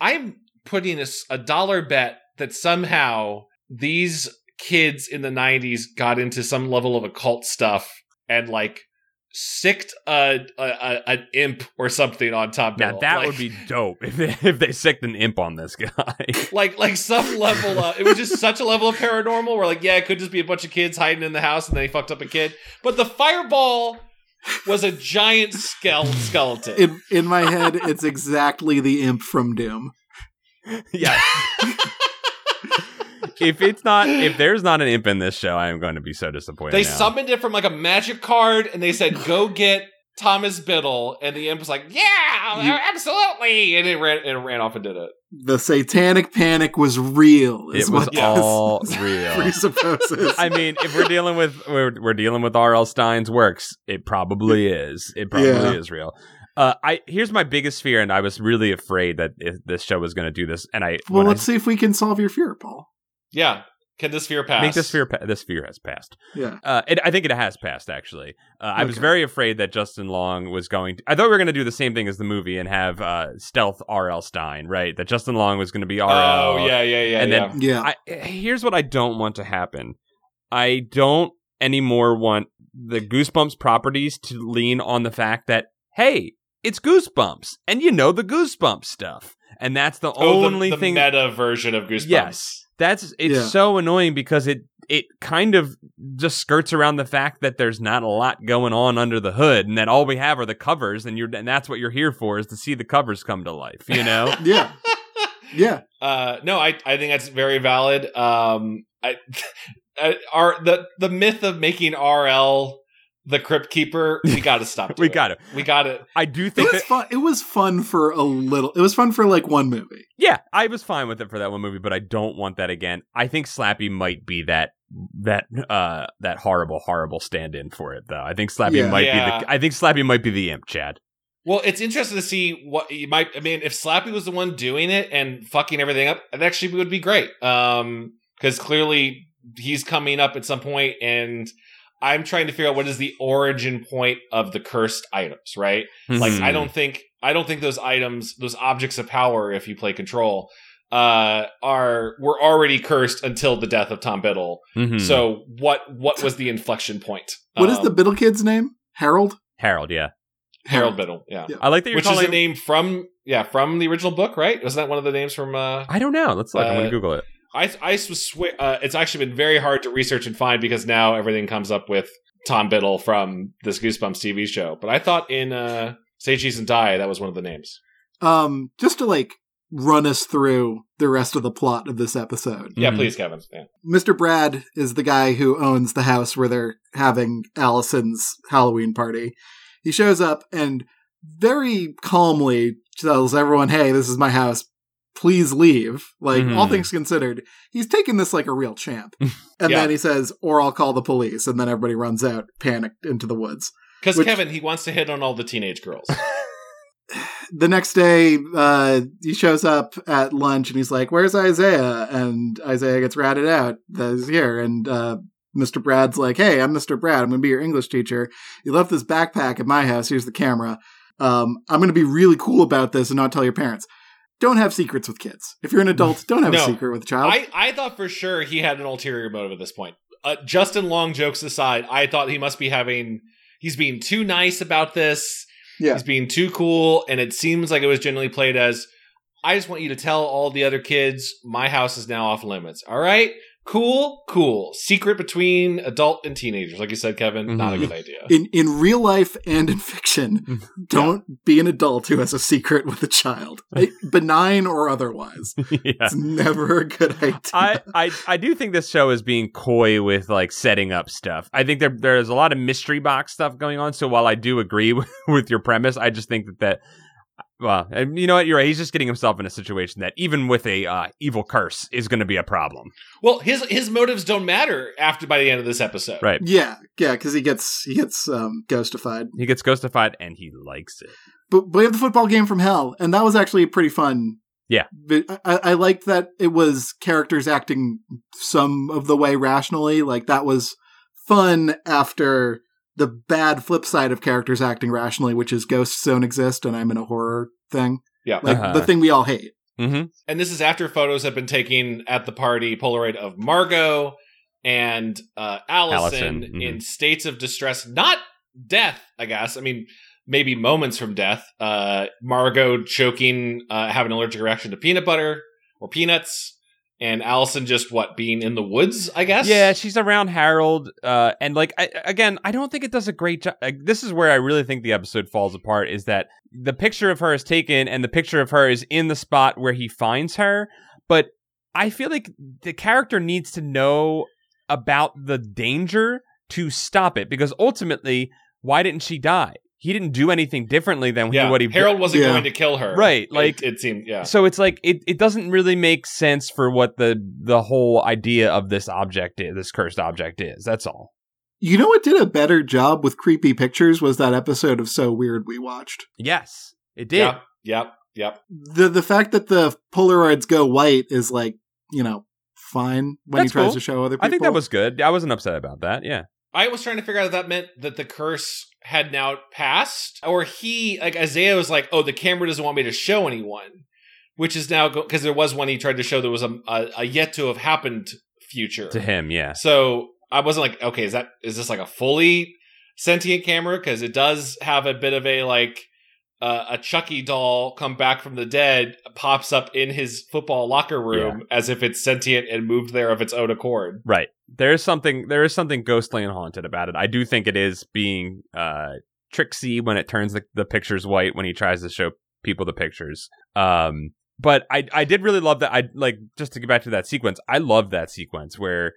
Speaker 1: I'm putting a, s- a dollar bet that somehow these kids in the 90s got into some level of occult stuff and like sicked a, a, a an imp or something on top [LAUGHS]
Speaker 2: now
Speaker 1: Bill.
Speaker 2: that
Speaker 1: Like-
Speaker 2: would be dope if they, if they sicked an imp on this guy. [LAUGHS]
Speaker 1: like like some level of it was just such a level of paranormal where like yeah it could just be a bunch of kids hiding in the house and they fucked up a kid but the fireball was a giant skele- skeleton
Speaker 3: In in
Speaker 2: [LAUGHS]
Speaker 3: my head, it's exactly the imp from Doom.
Speaker 1: [LAUGHS]
Speaker 2: yeah. if it's not if there's not an imp in this show, I am going to be so disappointed.
Speaker 1: they
Speaker 2: now.
Speaker 1: summoned it from like a magic card and they said go get thomas biddle and the imp was like yeah
Speaker 3: You-
Speaker 1: absolutely and it ran it ran off and did it
Speaker 3: The satanic panic was real. Is
Speaker 2: it
Speaker 3: [LAUGHS]
Speaker 2: was
Speaker 1: [LAUGHS]
Speaker 3: what
Speaker 2: all
Speaker 3: this
Speaker 2: real.
Speaker 3: presupposes.
Speaker 2: [LAUGHS] I mean, if we're dealing with we're, we're dealing with R.L. Stein's works, it probably is. It probably
Speaker 3: Yeah.
Speaker 2: is real. Uh, I here's my biggest fear, and I was really afraid that if this show was going to do this. And I
Speaker 3: well,
Speaker 2: when I
Speaker 3: let's see if we can solve your fear, Paul.
Speaker 1: yeah can this fear pass
Speaker 2: Make this fear. Pa- this fear has passed.
Speaker 3: Yeah.
Speaker 2: Uh, it, I think it has passed. Actually, uh, I was
Speaker 3: Okay.
Speaker 2: very afraid that Justin Long was going. To, I thought we were going to do the same thing as the movie and have uh, stealth R.L. Stein, right? That Justin Long was going to be R.L.
Speaker 1: oh yeah yeah yeah
Speaker 2: And
Speaker 1: yeah.
Speaker 2: then-
Speaker 3: Yeah.
Speaker 2: I, here's what I don't want to happen. I don't anymore want the Goosebumps properties to lean on the fact that hey, it's Goosebumps, and you know the Goosebumps stuff, and that's the
Speaker 1: Oh, the-
Speaker 2: only
Speaker 1: the,
Speaker 2: thing.
Speaker 1: meta version of goosebumps
Speaker 2: Yes. that's it's
Speaker 3: Yeah.
Speaker 2: so annoying because it it kind of just skirts around the fact that there's not a lot going on under the hood, and that all we have are the covers, and you're and that's what you're here for is to see the covers come to life, you
Speaker 1: [LAUGHS]
Speaker 2: know.
Speaker 3: yeah.
Speaker 2: [LAUGHS]
Speaker 3: Yeah.
Speaker 1: Uh, no, I I think that's very valid. Um, I, [LAUGHS] I our the the myth of making RL the crypt keeper, we got to stop.
Speaker 2: [LAUGHS] we
Speaker 1: doing
Speaker 2: got it.
Speaker 1: it. We got it.
Speaker 2: I do
Speaker 3: It
Speaker 2: think that
Speaker 3: was fun. It was fun for a little. It was fun for like one movie.
Speaker 2: Yeah, I was fine with it for that one movie, but I don't want that again. I think Slappy might be that that uh that horrible horrible stand-in for it though. I think Slappy
Speaker 3: Yeah.
Speaker 2: might
Speaker 1: Yeah.
Speaker 2: be the I think Slappy might be the imp, Chad.
Speaker 1: Well, it's interesting to see what you might. I mean, if Slappy was the one doing it and fucking everything up, it actually would be great. Um, because clearly he's coming up at some point, and I'm trying to figure out what is the origin point of the cursed items, right? like
Speaker 2: Hmm.
Speaker 1: i don't think i don't think those items those objects of power if you play control uh are were already cursed until the death of tom biddle
Speaker 2: Mhm.
Speaker 1: so what what was the inflection point
Speaker 3: What is
Speaker 1: Um,
Speaker 3: the Biddle kid's name? Harold.
Speaker 2: Harold, yeah.
Speaker 1: harold biddle yeah,
Speaker 3: Yeah.
Speaker 2: I like that you're
Speaker 1: which is
Speaker 2: calling
Speaker 1: a name from yeah from the original book right wasn't that one of the names from uh
Speaker 2: I don't know. Let's look. I'm going
Speaker 1: Uh,
Speaker 2: to google it.
Speaker 1: i i was swear uh, it's actually been very hard to research and find because now everything comes up with tom biddle from this goosebumps tv show but i thought in uh say cheese and die that was one of the names
Speaker 3: Um, just to like run us through the rest of the plot of this episode.
Speaker 1: yeah
Speaker 2: Mhm.
Speaker 1: please kevin yeah
Speaker 3: Mr. Brad is the guy who owns the house where they're having Allison's Halloween party. He shows up and very calmly tells everyone, "Hey, this is my house. Please leave." Like all
Speaker 2: Mhm.
Speaker 3: things considered, he's taking this like a real champ. and
Speaker 1: Yeah.
Speaker 3: then he says, "Or I'll call the police." And then everybody runs out, panicked into the woods.
Speaker 1: Because
Speaker 3: Which-
Speaker 1: Kevin, he wants to hit on all the teenage girls.
Speaker 3: the next day, uh, he shows up at lunch and he's like, "Where's Isaiah?" And Isaiah gets ratted out. That he's here, and uh, Mr. Brad's like, "Hey, I'm Mr. Brad. I'm going to be your English teacher. You left this backpack at my house. Here's the camera. Um, I'm going to be really cool about this and not tell your parents. Don't have secrets with kids. If you're an adult, don't have
Speaker 1: No.
Speaker 3: a secret with a child.
Speaker 1: I, I thought for sure he had an ulterior motive at this point. Uh, Justin Long jokes aside, I thought he must be having. He's being too nice about this.
Speaker 3: Yeah.
Speaker 1: He's being too cool. And it seems like it was generally played as I just want you to tell all the other kids my house is now off limits. All right? Cool, cool. Secret between adult and teenagers. Like you said, Kevin, not a
Speaker 2: Mhm.
Speaker 1: good idea.
Speaker 3: in in real life and in fiction, don't be an adult who has a secret with a child, benign or otherwise.
Speaker 2: [LAUGHS] yeah.
Speaker 3: It's never a good idea.
Speaker 2: I, I I do think this show is being coy with like setting up stuff. I think there there's a [LAUGHS] lot of mystery box stuff going on. So while I do agree with, with your premise, I just think that that Well, and you know what? You're right. He's just getting himself in a situation that even with a uh, evil curse is going to be a problem.
Speaker 1: Well, his his motives don't matter after by the end of this episode.
Speaker 2: Right.
Speaker 3: Yeah, yeah, because he gets he gets um, ghostified.
Speaker 2: He gets ghostified and he likes it.
Speaker 3: But but we have the football game from hell, and that was actually pretty fun.
Speaker 2: Yeah.
Speaker 3: But I- I, I liked that it was characters acting some of the way rationally. Like that was fun after the bad flip side of characters acting rationally, which is ghosts don't exist, and I'm in a horror thing.
Speaker 1: Yeah.
Speaker 3: like
Speaker 2: Uh-huh.
Speaker 3: the thing we all hate.
Speaker 2: Mm-hmm.
Speaker 1: And this is after photos have been taken at the party Polaroid of Margot and uh, Allison,
Speaker 2: Allison, mhm.
Speaker 1: in states of distress, not death, I guess. I mean, maybe moments from death. Uh, Margot choking, uh, having an allergic reaction to peanut butter or peanuts, and Allison just what being in the woods, I guess.
Speaker 2: Yeah, she's around Harold, uh, and like I, again, I don't think it does a great job. Like, this is where I really think the episode falls apart. Is that the picture of her is taken, and the picture of her is in the spot where he finds her, but I feel like the character needs to know about the danger to stop it because ultimately, why didn't she die? He didn't do anything differently than
Speaker 1: yeah.
Speaker 2: what he
Speaker 1: Harold wasn't
Speaker 3: Yeah.
Speaker 1: going to kill her,
Speaker 2: Right, like-
Speaker 1: it, it seemed, yeah.
Speaker 2: So it's like it, it doesn't really make sense for what the the whole idea of this object is, this cursed object is. That's all.
Speaker 3: You know what did a better job with creepy pictures was that episode of So Weird we watched.
Speaker 2: Yes, it did.
Speaker 1: Yep, yep, yep.
Speaker 3: The the fact that the Polaroids go white is like, you know, fine when
Speaker 2: That's
Speaker 3: he tries
Speaker 2: cool.
Speaker 3: to show other people.
Speaker 2: I think that was good. I wasn't upset about that. Yeah.
Speaker 1: I was trying to figure out if that meant that the curse had now passed, or he, like Isaiah, was like, "Oh, the camera doesn't want me to show anyone," which is now because there was one he tried to show that was a, a, a yet to have happened future
Speaker 2: To him, yeah.
Speaker 1: So I wasn't like, "Okay, is that is this like a fully sentient camera?" Because it does have a bit of a like uh, a Chucky doll come back from the dead pops up in his football locker room as if it's sentient and moved there of its own accord.
Speaker 2: Right. There is something there is something ghostly and haunted about it. I do think it is being uh tricksy when it turns the, the pictures white when he tries to show people the pictures. Um but I I did really love that I like just to get back to that sequence. I love that sequence where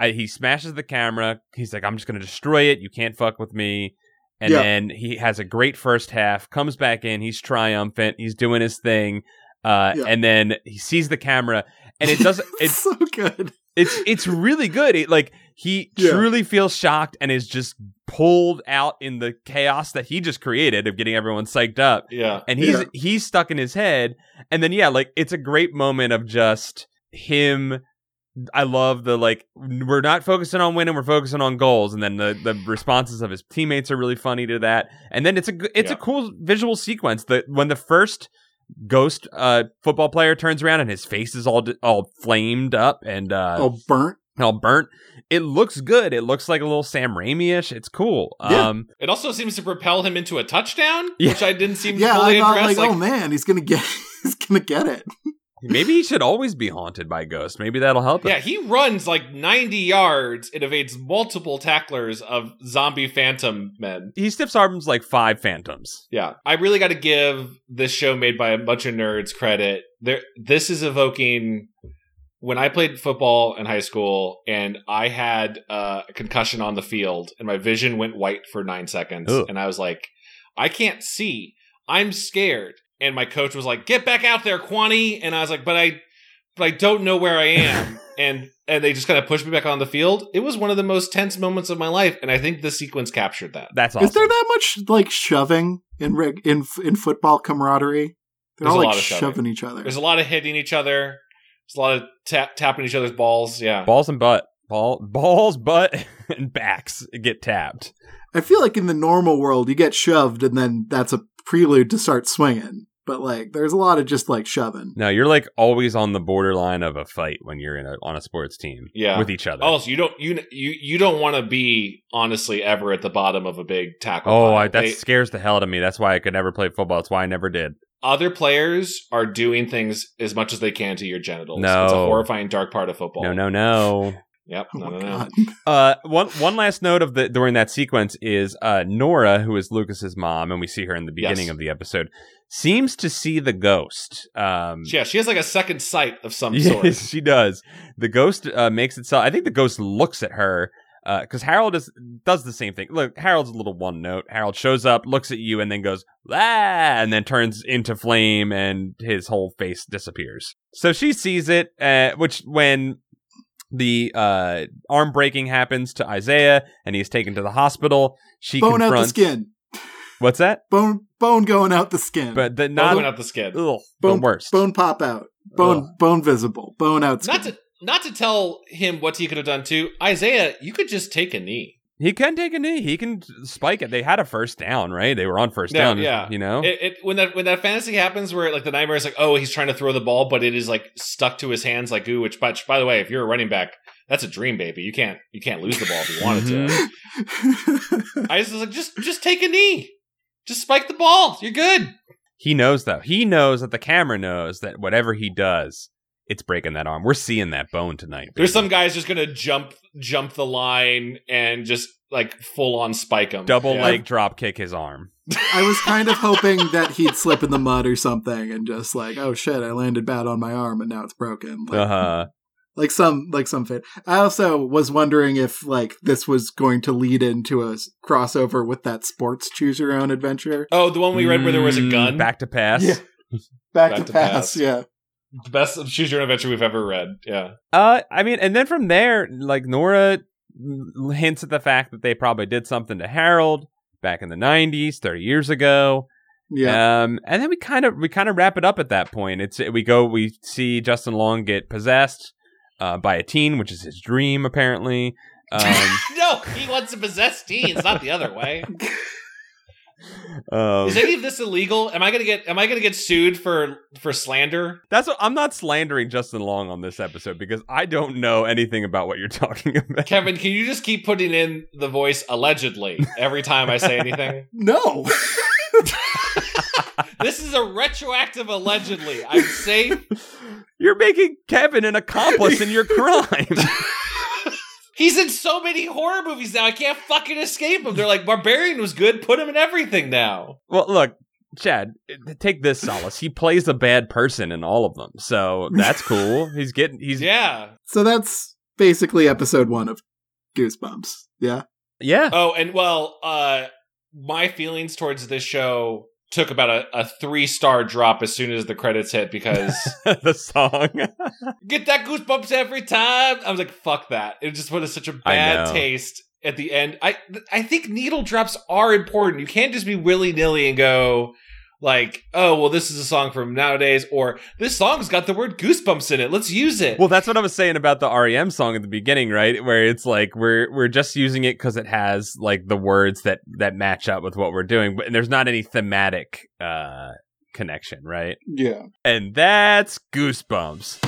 Speaker 2: I, he smashes the camera. He's like I'm just going to destroy it. You can't fuck with me. And
Speaker 3: Yeah.
Speaker 2: then he has a great first half, comes back in, he's triumphant, he's doing his thing. Uh
Speaker 3: Yeah.
Speaker 2: and then he sees the camera and it
Speaker 3: [LAUGHS]
Speaker 2: doesn't it
Speaker 3: it's so good.
Speaker 2: it's it's really good. It, like he
Speaker 3: Yeah.
Speaker 2: truly feels shocked and is just pulled out in the chaos that he just created of getting everyone psyched up.
Speaker 1: Yeah.
Speaker 2: And he's
Speaker 3: Yeah.
Speaker 2: he's stuck in his head. And then yeah, like it's a great moment of just him. I love the like we're not focusing on winning, we're focusing on goals. And then the the responses of his teammates are really funny to that. And then it's a g- it's
Speaker 1: Yeah.
Speaker 2: a cool visual sequence that when the first ghost uh football player turns around and his face is all d- all flamed up and uh
Speaker 3: oh burnt.
Speaker 2: all burnt. It looks good. It looks like a little Sam Raimi-ish. It's cool.
Speaker 3: Yeah.
Speaker 2: Um
Speaker 1: It also seems to propel him into a touchdown,
Speaker 2: Yeah.
Speaker 1: which I didn't seem to
Speaker 3: Yeah,
Speaker 1: fully
Speaker 3: I thought
Speaker 1: address.
Speaker 3: like,
Speaker 1: Like,
Speaker 3: oh man, he's gonna get [LAUGHS] he's gonna get it.
Speaker 2: maybe he should always be haunted by ghosts. Maybe that'll help him.
Speaker 1: yeah, he runs like 90 yards and evades multiple tacklers of zombie phantom men.
Speaker 2: He stiffs arms like five phantoms.
Speaker 1: Yeah, I really got to give this show made by a bunch of nerds credit. There, this is evoking when I played football in high school and I had uh, a concussion on the field and my vision went white for nine seconds
Speaker 2: Ugh.
Speaker 1: and I was like, I can't see. I'm scared. And my coach was like, "Get back out there, Kwani." And I was like, "But I, but I don't know where I am." and and they just kind of pushed me back on the field. It was one of the most tense moments of my life, and I think this sequence captured that.
Speaker 2: That's
Speaker 3: Is there
Speaker 2: awesome.
Speaker 3: that much like shoving in reg- in in football camaraderie? They're
Speaker 1: There's
Speaker 3: all
Speaker 1: a
Speaker 3: like
Speaker 1: lot of shoving.
Speaker 3: shoving. each other.
Speaker 1: There's a lot of hitting each other. There's a lot of tap, tapping each other's balls. Yeah.
Speaker 2: Balls and butt. Ball balls, butt, [LAUGHS] and backs get tapped.
Speaker 3: I feel like in the normal world, you get shoved, and then that's a prelude to start swinging. But like, there's a lot of just like shoving.
Speaker 2: No, you're like always on the borderline of a fight when you're in a, on a sports team
Speaker 1: Yeah. Oh,
Speaker 2: with each other.
Speaker 1: Also, you don't you you you don't want to be honestly ever at the bottom of a big tackle.
Speaker 2: oh,
Speaker 1: pile.
Speaker 2: I, that
Speaker 1: They-
Speaker 2: scares the hell out of me. That's why I could never play football. That's why I never did.
Speaker 1: other players are doing things as much as they can to your genitals.
Speaker 2: No.
Speaker 1: It's a horrifying dark part of football.
Speaker 2: No, no, no.
Speaker 1: Yep.
Speaker 3: Oh
Speaker 1: No, no,
Speaker 3: my
Speaker 1: no.
Speaker 3: god!
Speaker 2: Uh, one one last note of the during that sequence is uh, Nora, who is Lucas's mom, and we see her in the beginning
Speaker 1: Yes.
Speaker 2: of the episode, seems to see the ghost. Um,
Speaker 1: Yeah, she has like a second sight of some
Speaker 2: [LAUGHS] yes,
Speaker 1: sort.
Speaker 2: she does. The ghost uh, makes itself. I think the ghost looks at her. because Harold is does the same thing. Look, Harold's a little one note. Harold shows up, looks at you, and then goes ah, and then turns into flame, and his whole face disappears. So she sees it, uh, which when the uh, arm breaking happens to Isaiah, and he's taken to the hospital. She
Speaker 3: Bone out
Speaker 2: confronts
Speaker 3: the skin.
Speaker 2: what's that?
Speaker 3: Bone bone going out the skin.
Speaker 2: But the
Speaker 1: Not
Speaker 2: not
Speaker 1: going out the skin.
Speaker 2: ugh,
Speaker 3: bone
Speaker 2: the worst.
Speaker 3: Bone pop out. Bone bone visible. Bone out skin.
Speaker 1: Not to not to tell him what he could have done too. Isaiah, you could just take a knee.
Speaker 2: He can take a knee. He can spike it. They had a first down, right? They were on first
Speaker 1: Yeah,
Speaker 2: down.
Speaker 1: yeah.
Speaker 2: You know,
Speaker 1: It, it when that when that fantasy happens where like the nightmare is like oh he's trying to throw the ball but it is like stuck to his hands like ooh which which by the way if you're a running back that's a dream baby you can't you can't lose the ball if you wanted to I just was like just just take a knee just spike the ball you're good
Speaker 2: he knows though. He knows that the camera knows that whatever he does, it's breaking that arm. We're seeing that bone tonight.
Speaker 1: there's
Speaker 2: baby.
Speaker 1: some guys just gonna jump jump the line and just like full on spike him
Speaker 2: double
Speaker 1: Yeah.
Speaker 2: leg drop kick his arm.
Speaker 3: [LAUGHS] I was kind of hoping that he'd slip in the mud or something and just like, oh shit, I landed bad on my arm and now it's broken. Like,
Speaker 2: Uh huh.
Speaker 3: like some like some fan. I also was wondering if like this was going to lead into a s- crossover with that sports choose your own adventure.
Speaker 1: oh the one we read where there was a gun
Speaker 2: Mm, Back to pass.
Speaker 3: Yeah. Back,
Speaker 1: Back
Speaker 3: to,
Speaker 1: to
Speaker 3: pass,
Speaker 1: pass.
Speaker 3: yeah.
Speaker 1: the best choose your own adventure we've ever read yeah
Speaker 2: Uh, I mean, and then from there, like Nora l- hints at the fact that they probably did something to Harold back in the '90s, 30 years ago.
Speaker 3: Yeah.
Speaker 2: Um, and then we kind of we kind of wrap it up at that point. It's we go we see Justin Long get possessed uh, by a teen, which is his dream apparently. Um,
Speaker 1: no he wants to possess teens not the other way.
Speaker 2: um,
Speaker 1: Is any of this illegal? Am I gonna get am I gonna get sued for for slander?
Speaker 2: that's what I'm not slandering Justin Long on this episode because I don't know anything about what you're [LAUGHS] talking about.
Speaker 1: Kevin, can you just keep putting in the voice allegedly every time I say anything?
Speaker 3: No.
Speaker 1: [LAUGHS]
Speaker 3: [LAUGHS]
Speaker 1: this is a retroactive allegedly. I'm [LAUGHS] safe.
Speaker 2: You're making Kevin an accomplice in your crime.
Speaker 1: He's in so many horror movies now. I can't fucking escape him. They're like Barbarian was good. Put him in everything now.
Speaker 2: well, look, Chad, take this solace. He plays a bad person in all of them, so that's cool. He's getting he's
Speaker 1: Yeah.
Speaker 3: so that's basically episode 1 of Goosebumps. Yeah.
Speaker 2: yeah. [LAUGHS]
Speaker 1: Oh, and well, uh, my feelings towards this show took about a, a three star drop as soon as the credits hit because. [LAUGHS]
Speaker 2: the song.
Speaker 1: get that goosebumps every time. I was like, fuck that. It just put us such a bad
Speaker 2: know.
Speaker 1: taste at the end. I th- I think needle drops are important. You can't just be willy nilly and go like, oh well, this is a song from nowadays, or this song's got the word goosebumps in it. Let's use it.
Speaker 2: Well, that's what I was saying about the REM song at the beginning, right? Where it's like we're we're just using it because it has like the words that that match up with what we're doing, but there's not any thematic uh connection, right?
Speaker 3: Yeah.
Speaker 2: And that's goosebumps.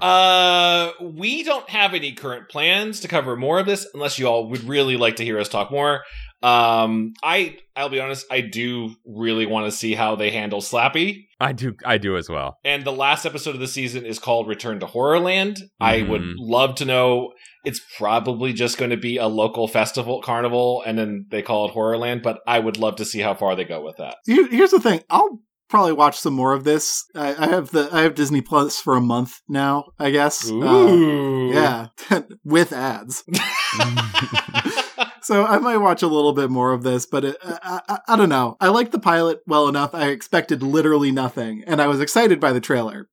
Speaker 1: Uh, we don't have any current plans to cover more of this, unless you all would really like to hear us talk more. Um, I I'll be honest, I do really want to see how they handle Slappy.
Speaker 2: I do I do as well.
Speaker 1: and the last episode of the season is called Return to Horrorland. I would
Speaker 2: Mhm.
Speaker 1: love to know. It's probably just going to be a local festival carnival, and then they call it Horrorland. But I would love to see how far they go with that.
Speaker 3: Here, here's the thing. I'll probably watch some more of this. I, I have the I have Disney Plus for a month now, I guess. Uh,
Speaker 1: Ooh, [LAUGHS]
Speaker 3: yeah. [LAUGHS] With ads. So I might watch a little bit more of this, but it, I, I, I don't know. I like the pilot well enough. I expected literally nothing, and I was excited by the trailer.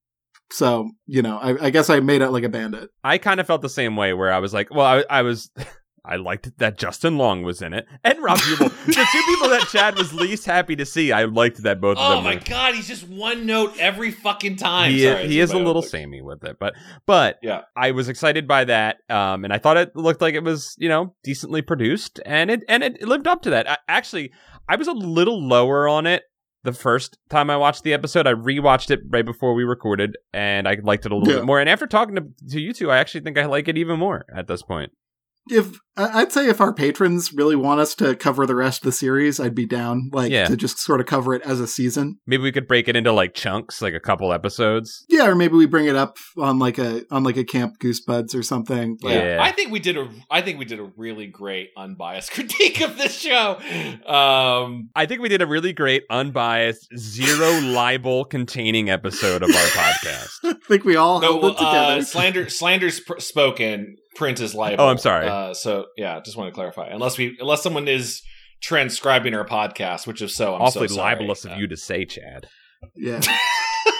Speaker 3: So you know, I, I guess I made out like a bandit.
Speaker 2: I kind of felt the same way where I was like, well, I, I was. [LAUGHS] I liked that Justin Long was in it and Rob Hubel.
Speaker 1: [LAUGHS]
Speaker 2: the two people that Chad was least happy to see, I liked that both of
Speaker 1: oh
Speaker 2: them were
Speaker 1: my god, he's just one note every fucking time.
Speaker 2: He,
Speaker 1: Sorry,
Speaker 2: he
Speaker 1: it's
Speaker 2: is a
Speaker 1: my own
Speaker 2: little
Speaker 1: thing.
Speaker 2: samey with it, but but
Speaker 1: Yeah.
Speaker 2: I was excited by that, um, and I thought it looked like it was you know decently produced, and it and it lived up to that. I, actually, I was a little lower on it the first time I watched the episode. I rewatched it right before we recorded, and I liked it a little
Speaker 3: Yeah.
Speaker 2: bit more. And after talking to, to you two, I actually think I like it even more at this point.
Speaker 3: if I- I'd say if our patrons really want us to cover the rest of the series, I'd be down. Like
Speaker 2: Yeah.
Speaker 3: to just sort of cover it as a season.
Speaker 2: Maybe we could break it into like chunks, like a couple episodes.
Speaker 3: Yeah, or maybe we bring it up on like a on like a Camp Goosebuds or something. Like,
Speaker 2: Yeah.
Speaker 1: I think we did a I think we did a really great unbiased [LAUGHS] critique of this show. Um
Speaker 2: I think we did a really great, unbiased, zero libel containing
Speaker 1: [LAUGHS]
Speaker 2: episode of our podcast.
Speaker 3: I think we all
Speaker 1: no,
Speaker 3: held it
Speaker 1: uh,
Speaker 3: together.
Speaker 1: slander slander's pr- spoken print is liable.
Speaker 2: Oh, I'm sorry.
Speaker 1: Uh, so yeah, just want to clarify. Unless we unless someone is transcribing our podcast, which if so, I'm
Speaker 2: Awfully
Speaker 1: so sorry.
Speaker 2: libelous
Speaker 1: Uh,
Speaker 2: of you to say, Chad.
Speaker 3: yeah.
Speaker 1: [LAUGHS]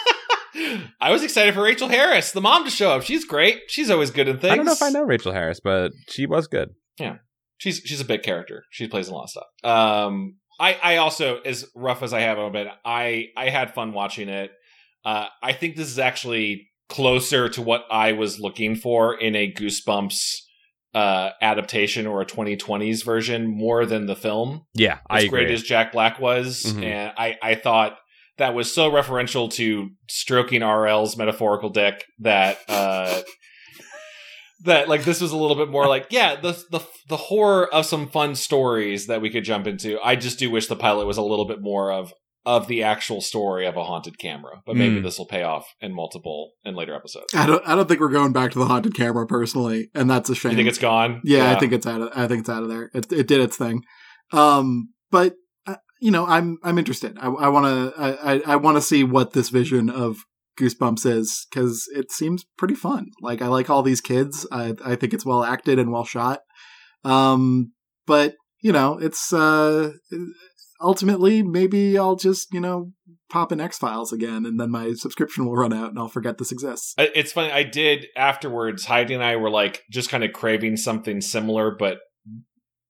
Speaker 1: I was excited for Rachel Harris, the mom, to show up. She's great. She's always good in things.
Speaker 2: I don't know if I know Rachel Harris, but she was good.
Speaker 1: She's she's a big character. She plays a lot of stuff. Um, I I also as rough as I have on it, I I had fun watching it. Uh, I think this is actually closer to what I was looking for in a Goosebumps uh adaptation or a 2020s version more than the film.
Speaker 2: Yeah, I
Speaker 1: as
Speaker 2: agree.
Speaker 1: great as Jack Black was,
Speaker 2: Mhm.
Speaker 1: and I, I thought that was so referential to stroking RL's metaphorical dick that uh, [LAUGHS] that like this was a little bit more like yeah the the the horror of some fun stories that we could jump into. I just do wish the pilot was a little bit more of of the actual story of a haunted camera, but maybe
Speaker 2: Mm.
Speaker 1: this will pay off in multiple in later episodes.
Speaker 3: I don't. I don't think we're going back to the haunted camera personally, and that's a shame.
Speaker 1: You think it's gone?
Speaker 3: yeah, I think it's out. Of, I think it's out of there. It, it did its thing, um, but uh, you know, I'm I'm interested. I want to I, I, I want to see what this vision of Goosebumps is because it seems pretty fun. Like I like all these kids. I I think it's well acted and well shot. Um, but you know, it's uh, ultimately maybe I'll just you know pop in X Files again, and then my subscription will run out, and I'll forget this exists.
Speaker 1: I- It's funny. I did afterwards. Heidi and I were like just kind of craving something similar, but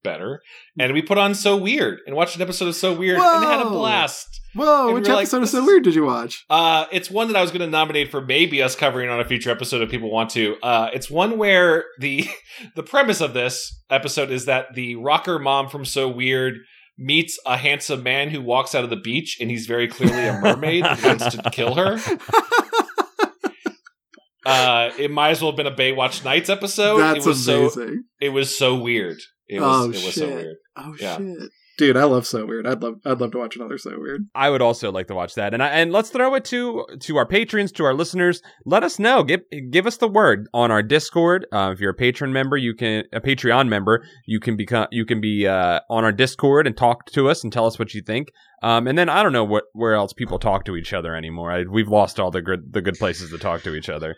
Speaker 1: better. And we put on So Weird and watched an episode of So Weird and had a
Speaker 3: Whoa.
Speaker 1: blast.
Speaker 3: Whoa!
Speaker 1: And
Speaker 3: Which
Speaker 1: we're like,
Speaker 3: episode of
Speaker 1: this
Speaker 3: So
Speaker 1: is-
Speaker 3: Weird did you watch?
Speaker 1: Uh, it's one that I was going to nominate for maybe us covering on a future episode if people want to. Uh, it's one where the [LAUGHS] the premise of this episode is that the rocker mom from So Weird meets a handsome man who walks out of the beach and he's very clearly a mermaid and
Speaker 3: [LAUGHS]
Speaker 1: wants to kill her. Uh, it might as well have been a Baywatch Nights episode.
Speaker 3: That's
Speaker 1: it was
Speaker 3: amazing.
Speaker 1: so it was so weird. It was
Speaker 3: Oh,
Speaker 1: it was so
Speaker 3: shit.
Speaker 1: weird.
Speaker 3: Oh
Speaker 1: Yeah.
Speaker 3: shit. Dude, I love So Weird. I'd love I'd love to watch another So Weird.
Speaker 2: I would also like to watch that. And I, and let's throw it to to our patrons, to our listeners. Let us know. Give give us the word on our Discord. Uh, if you're a patron member, you can a Patreon member, you can become you can be uh, on our Discord and talk to us and tell us what you think. Um, and then I don't know what where else people talk to each other anymore. I, we've lost all the good the good places to talk to each other.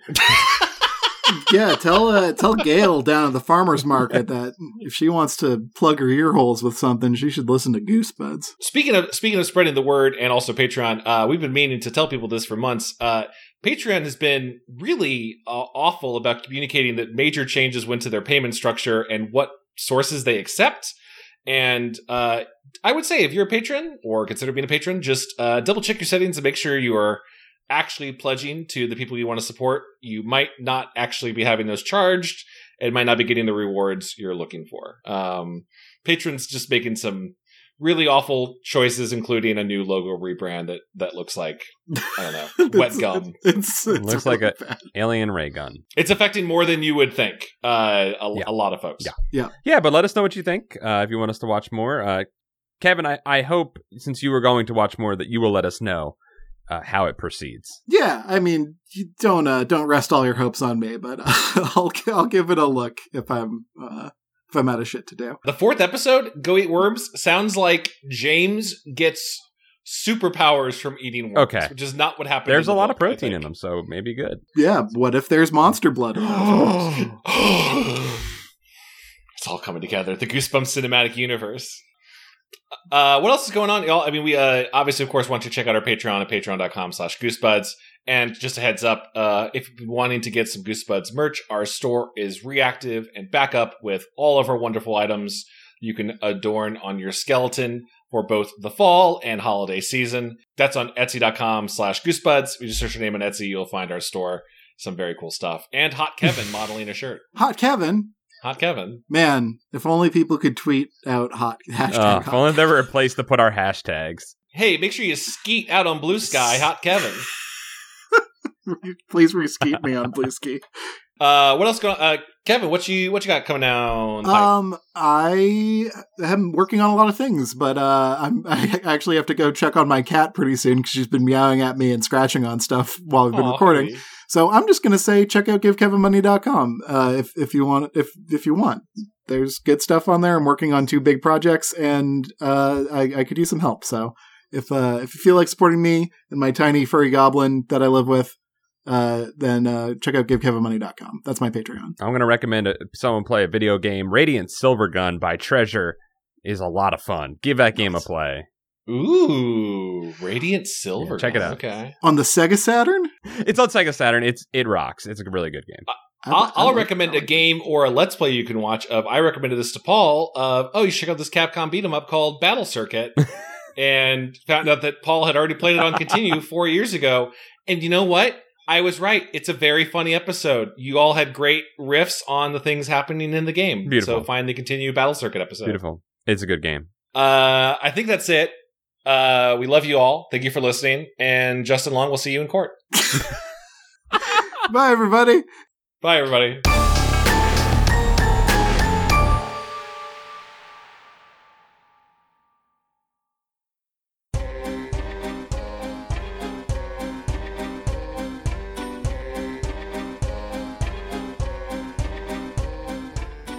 Speaker 3: Yeah, tell uh, tell Gail down at the farmer's
Speaker 1: [LAUGHS]
Speaker 3: market that if she wants to plug her ear holes with something, she should listen to Goosebuds. [LAUGHS]
Speaker 1: Speaking of speaking of spreading the word and also Patreon, uh, we've been meaning to tell people this for months. Uh, Patreon has been really uh, awful about communicating that major changes went to their payment structure and what sources they accept. And uh, I would say if you're a patron or consider being a patron, just uh, double check your settings and make sure you are actually pledging to the people you want to support. You might not actually be having those charged. It might not be getting the rewards you're looking for. Um, patrons just making some really awful choices, including a new logo rebrand that that looks like I
Speaker 3: [LAUGHS]
Speaker 1: don't know wet
Speaker 3: It's-
Speaker 1: gum.
Speaker 3: It's, it's
Speaker 2: Looks like
Speaker 3: really
Speaker 2: a-
Speaker 3: bad.
Speaker 2: Alien ray gun.
Speaker 1: It's affecting more than you would think. Uh, a,
Speaker 2: Yeah.
Speaker 1: a lot of folks.
Speaker 2: Yeah. Yeah, but let us know what you think uh, if you want us to watch more. Uh, Kevin, I, I hope since you were going to watch more that you will let us know uh, how it proceeds.
Speaker 3: Yeah, I mean, you don't uh, don't rest all your hopes on me, but uh, [LAUGHS] I'll I'll give it a look if I'm uh, if I'm out of shit to do.
Speaker 1: The fourth episode, "Go Eat Worms," sounds like James gets superpowers from eating worms.
Speaker 2: Okay.
Speaker 1: which is not what happened.
Speaker 2: There's
Speaker 1: in
Speaker 2: a
Speaker 1: the
Speaker 2: lot of
Speaker 1: book, I
Speaker 2: protein
Speaker 1: think.
Speaker 2: in them, so maybe good.
Speaker 3: Yeah, what if there's monster blood? in
Speaker 1: [GASPS]
Speaker 3: it?
Speaker 1: it's all coming together. The Goosebumps cinematic universe. Uh, what else is going on, y'all? I mean, we uh, obviously, of course, want you to check out our Patreon at patreon.com slash goosebuds. And just a heads up, uh, if you're wanting to get some Goosebuds merch, our store is reactive and back up with all of our wonderful items you can adorn on your skeleton for both the fall and holiday season. That's on etsy.com slash goosebuds. If you just search your name on Etsy, you'll find our store. Some very cool stuff. And Hot Kevin [LAUGHS] modeling a shirt.
Speaker 3: Hot Kevin,
Speaker 1: Hot Kevin.
Speaker 3: man, if only people could tweet out hot hashtag.
Speaker 2: Uh,
Speaker 3: hot
Speaker 2: if
Speaker 3: [LAUGHS]
Speaker 2: only there were a place to put our hashtags.
Speaker 1: Hey, make sure you skeet out on Blue Sky, Hot Kevin.
Speaker 3: Please reskeet me on Blue Ski.
Speaker 1: Uh, what else? Go- uh, Kevin, what you what you got coming down? the pipe?
Speaker 3: Um, I am working on a lot of things, but uh, I'm [LAUGHS] I actually have to go check on my cat pretty soon because she's been meowing at me and scratching on stuff while we've been
Speaker 1: Aw,
Speaker 3: recording.
Speaker 1: hey.
Speaker 3: So I'm just gonna say check out givekevinmoney.com uh, if if you want if if you want. There's good stuff on there. I'm working on two big projects, and uh, I, I could use some help. So if uh, if you feel like supporting me and my tiny furry goblin that I live with, uh, then uh, check out givekevinmoney.com. That's my Patreon.
Speaker 2: I'm going to recommend a, someone play a video game. Radiant Silver Gun by Treasure is a lot of fun. Give that game a play.
Speaker 1: Ooh, radiant silver.
Speaker 2: Yeah, check it out.
Speaker 1: Okay,
Speaker 3: On the Sega Saturn,
Speaker 2: It's on Sega Saturn. It's it rocks. It's a really good game.
Speaker 1: Uh,
Speaker 3: I-
Speaker 1: I'll,
Speaker 3: I
Speaker 1: I'll
Speaker 3: like-
Speaker 1: recommend
Speaker 3: I like
Speaker 1: a game or a let's play you can watch. Of I recommended this to Paul. Of oh, you should check out this Capcom beat 'em up called Battle
Speaker 3: [LAUGHS]
Speaker 1: Circuit, and found out that Paul had already played it on
Speaker 3: [LAUGHS]
Speaker 1: Continue four years ago. And you know what? I was right. It's a very funny episode. You all had great riffs on the things happening in the game.
Speaker 2: Beautiful.
Speaker 1: So find the Continue Battle Circuit episode.
Speaker 2: Beautiful. It's a good game.
Speaker 1: Uh, I think that's it. Uh, we love you all. Thank you for listening. And Justin Long, we'll see you in court.
Speaker 3: it. Bye, everybody.
Speaker 1: Bye, everybody.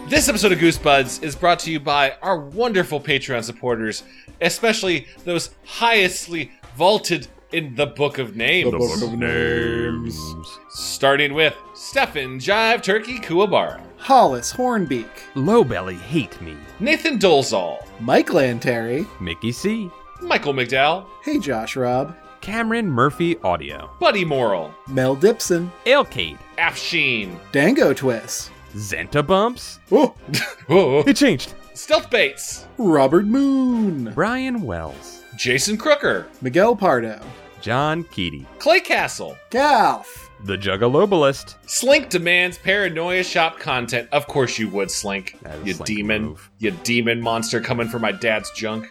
Speaker 1: This episode of Goosebuds is brought to you by our wonderful Patreon supporters, especially those highestly vaulted in the Book of Names
Speaker 3: names.
Speaker 1: starting with Stefan Jive Turkey Kuwabara,
Speaker 3: Hollis Hornbeak,
Speaker 2: Lowbelly Hate Me.
Speaker 1: Nathan Dolezal,
Speaker 3: Mike Lanteri,
Speaker 2: Mickey C.
Speaker 1: Michael McDowell,
Speaker 3: Hey Josh Rob,
Speaker 2: Cameron Murphy Audio.
Speaker 1: Buddy Morrill,
Speaker 3: Mel Dipson,
Speaker 2: Elcade.
Speaker 1: Afshin,
Speaker 3: Dango Twist,
Speaker 2: Zenta Bumps.
Speaker 3: oh,
Speaker 2: It changed.
Speaker 1: Stealth Bates,
Speaker 3: Robert Moon,
Speaker 2: Brian Wells.
Speaker 1: Jason Crooker,
Speaker 3: Miguel Pardo,
Speaker 2: John Keaty.
Speaker 1: Clay Castle.
Speaker 3: Calf,
Speaker 2: The Juggalobalist.
Speaker 1: Slink demands paranoia shop content. Of course you would, Slink.
Speaker 2: That is
Speaker 1: You
Speaker 2: Slink
Speaker 1: demon.
Speaker 2: move.
Speaker 1: You demon monster coming for my dad's junk.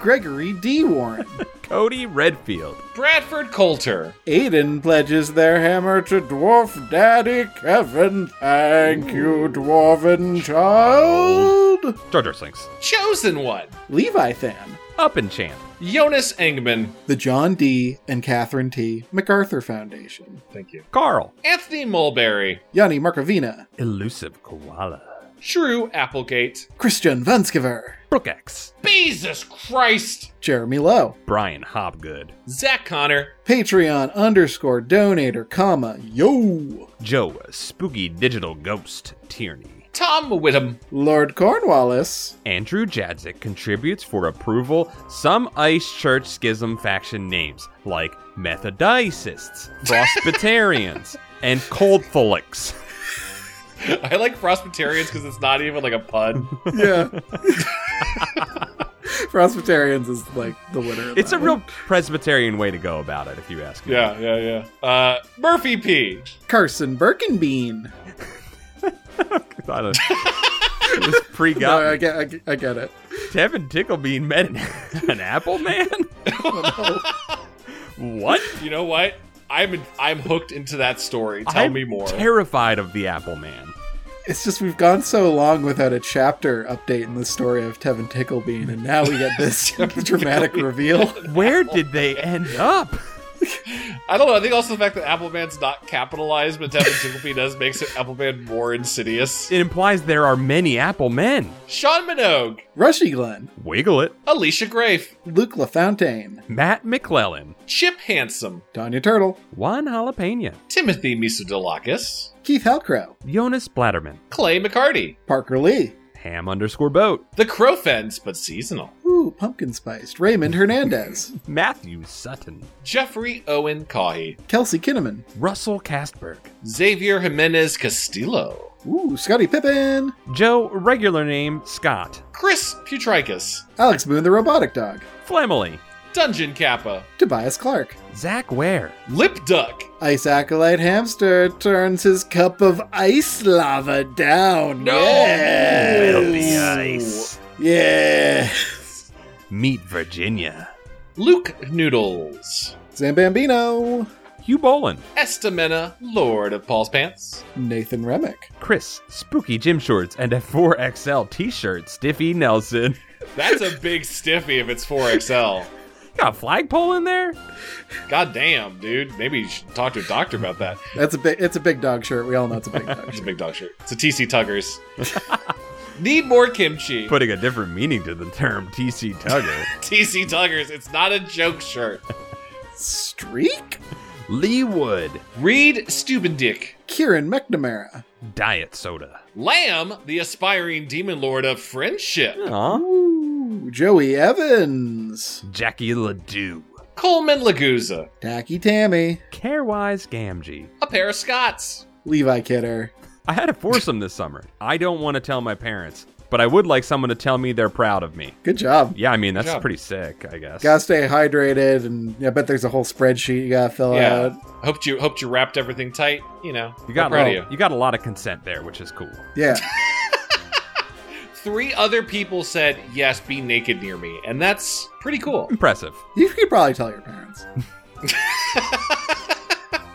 Speaker 3: Gregory
Speaker 1: [LAUGHS]
Speaker 3: D. Warren.
Speaker 2: Cody Redfield.
Speaker 1: Bradford Coulter,
Speaker 3: Aiden pledges their hammer to Dwarf Daddy Kevin. Thank you, Dwarven Child.
Speaker 2: Jar Slinks. Chosen
Speaker 1: One,
Speaker 3: Levi Than,
Speaker 2: Up and Champ.
Speaker 1: Jonas Engman.
Speaker 3: the John D. and Catherine T. MacArthur Foundation,
Speaker 1: Thank you.
Speaker 2: Carl.
Speaker 1: Anthony Mulberry,
Speaker 3: Yanni Markovina,
Speaker 2: Elusive Koala.
Speaker 1: Shrew Applegate,
Speaker 3: Christian Vanskever,
Speaker 2: Brookex.
Speaker 1: Jesus Christ,
Speaker 3: Jeremy Lowe.
Speaker 2: Brian Hobgood.
Speaker 1: Zach Connor,
Speaker 3: Patreon underscore donator, comma, yo.
Speaker 2: Joe. Spooky Digital Ghost. Tierney.
Speaker 1: Tom Whittem,
Speaker 3: Lord Cornwallis,
Speaker 2: Andrew Jadzik contributes for approval some Ice Church Schism faction names, like Methodiacists, [LAUGHS] Frostbitarians, and Coldfolix.
Speaker 1: [LAUGHS] I like Frostbitarians because it's not even like a pun.
Speaker 3: [LAUGHS] Yeah. Presbyterians is like the winner. of
Speaker 2: It's a
Speaker 3: that
Speaker 2: real
Speaker 3: one.
Speaker 2: Presbyterian way to go about it, if you ask me.
Speaker 1: [LAUGHS] Yeah, yeah, yeah. Uh, Murphy P.
Speaker 3: Carson Birkenbean.
Speaker 2: [LAUGHS] I don't It was pre
Speaker 3: No, I
Speaker 2: got
Speaker 3: get, I get, I get it.
Speaker 2: Tevin Ticklebean met an, an [LAUGHS]
Speaker 1: [LAUGHS]
Speaker 2: apple man? What?
Speaker 1: You know what? I'm I'm hooked into that story. Tell
Speaker 2: I'm
Speaker 1: me more.
Speaker 2: Terrified of the apple man.
Speaker 3: It's just we've gone so long without a chapter update in the story of Tevin Ticklebean, and now we get
Speaker 2: [LAUGHS]
Speaker 3: this dramatic reveal.
Speaker 2: Where did they end up?
Speaker 1: I don't know. I think also the fact that Appleman's not capitalized, but Tevin Ticklebean does makes it Appleman more insidious.
Speaker 2: It implies there are many apple men.
Speaker 1: Sean Minogue,
Speaker 3: Rushy Glenn,
Speaker 2: Wiggle it.
Speaker 1: Alicia Grafe,
Speaker 3: Luke LaFontaine,
Speaker 2: Matt McClellan.
Speaker 1: Chip Handsome,
Speaker 3: Tanya Turtle,
Speaker 2: Juan Jalapena,
Speaker 1: Timothy Misodilakis,
Speaker 3: Keith Halcrow,
Speaker 2: Jonas Blatterman,
Speaker 1: Clay McCarty,
Speaker 3: Parker Lee,
Speaker 2: Ham underscore boat,
Speaker 1: The Crow Fence, but seasonal.
Speaker 3: ooh, pumpkin spiced, Raymond Hernandez,
Speaker 2: Matthew Sutton,
Speaker 1: Jeffrey Owen Caughey,
Speaker 3: Kelsey Kinneman,
Speaker 2: Russell Castberg,
Speaker 1: Xavier Jimenez Castillo,
Speaker 3: ooh, Scotty Pippen,
Speaker 2: Joe, regular name Scott,
Speaker 1: Chris Putrikis,
Speaker 3: Alex Moon the Robotic Dog,
Speaker 2: Flamily,
Speaker 1: Dungeon Kappa,
Speaker 3: Tobias Clark,
Speaker 2: Zach Ware,
Speaker 1: Lip Duck,
Speaker 3: Ice Acolyte Hamster turns his cup of ice lava down.
Speaker 1: No! uh,
Speaker 3: Yes.
Speaker 2: ice.
Speaker 3: Yeah.
Speaker 2: Meet Virginia.
Speaker 1: Luke Noodles,
Speaker 3: Zambambino.
Speaker 2: Hugh Boland,
Speaker 1: Estamina, Lord of Paul's Pants.
Speaker 3: Nathan Remick.
Speaker 2: Chris, Spooky Gym Shorts, and a 4XL t shirt, Stiffy Nelson.
Speaker 1: That's a big stiffy if it's 4XL.
Speaker 2: Got a flagpole in there?
Speaker 1: God damn, dude. Maybe you should talk to a doctor about that.
Speaker 3: That's a big. It's a big dog shirt. We all know it's a big dog
Speaker 1: [LAUGHS] It's a
Speaker 3: shirt.
Speaker 1: big dog shirt. It's a TC Tuggers.
Speaker 2: [LAUGHS]
Speaker 1: Need more kimchi.
Speaker 2: Putting a different meaning to the term TC [LAUGHS] Tugger.
Speaker 1: TC Tuggers. It's not a joke shirt.
Speaker 3: Streak.
Speaker 2: Lee Wood,
Speaker 1: Reed Stubendick.
Speaker 3: Kieran McNamara.
Speaker 2: Diet Soda.
Speaker 1: Lamb, the aspiring demon lord of friendship.
Speaker 2: Aw.
Speaker 3: Ooh, Joey Evans.
Speaker 2: Jackie Ledoux.
Speaker 1: Coleman Laguza.
Speaker 3: Tacky Tammy.
Speaker 2: Carewise Gamgee.
Speaker 1: A pair of Scots.
Speaker 3: Levi Kidder.
Speaker 2: I had a foursome this summer. I don't want to tell my parents, but I would like someone to tell me they're proud of me.
Speaker 3: Good job.
Speaker 2: Yeah, I mean, that's
Speaker 1: job.
Speaker 2: pretty sick, I guess.
Speaker 3: Gotta stay hydrated, and I bet there's a whole spreadsheet you gotta
Speaker 2: Uh,
Speaker 3: fill
Speaker 1: Yeah.
Speaker 3: out.
Speaker 1: Hoped you hoped you wrapped everything tight. You know,
Speaker 2: you got,
Speaker 1: I'm proud
Speaker 2: a
Speaker 1: of
Speaker 2: lot,
Speaker 1: you.
Speaker 2: you got a lot of consent there, which is cool.
Speaker 3: Yeah.
Speaker 1: Three other people said yes, be naked near me, and that's pretty
Speaker 2: [LAUGHS]
Speaker 1: cool.
Speaker 2: Impressive.
Speaker 3: You could probably tell your parents.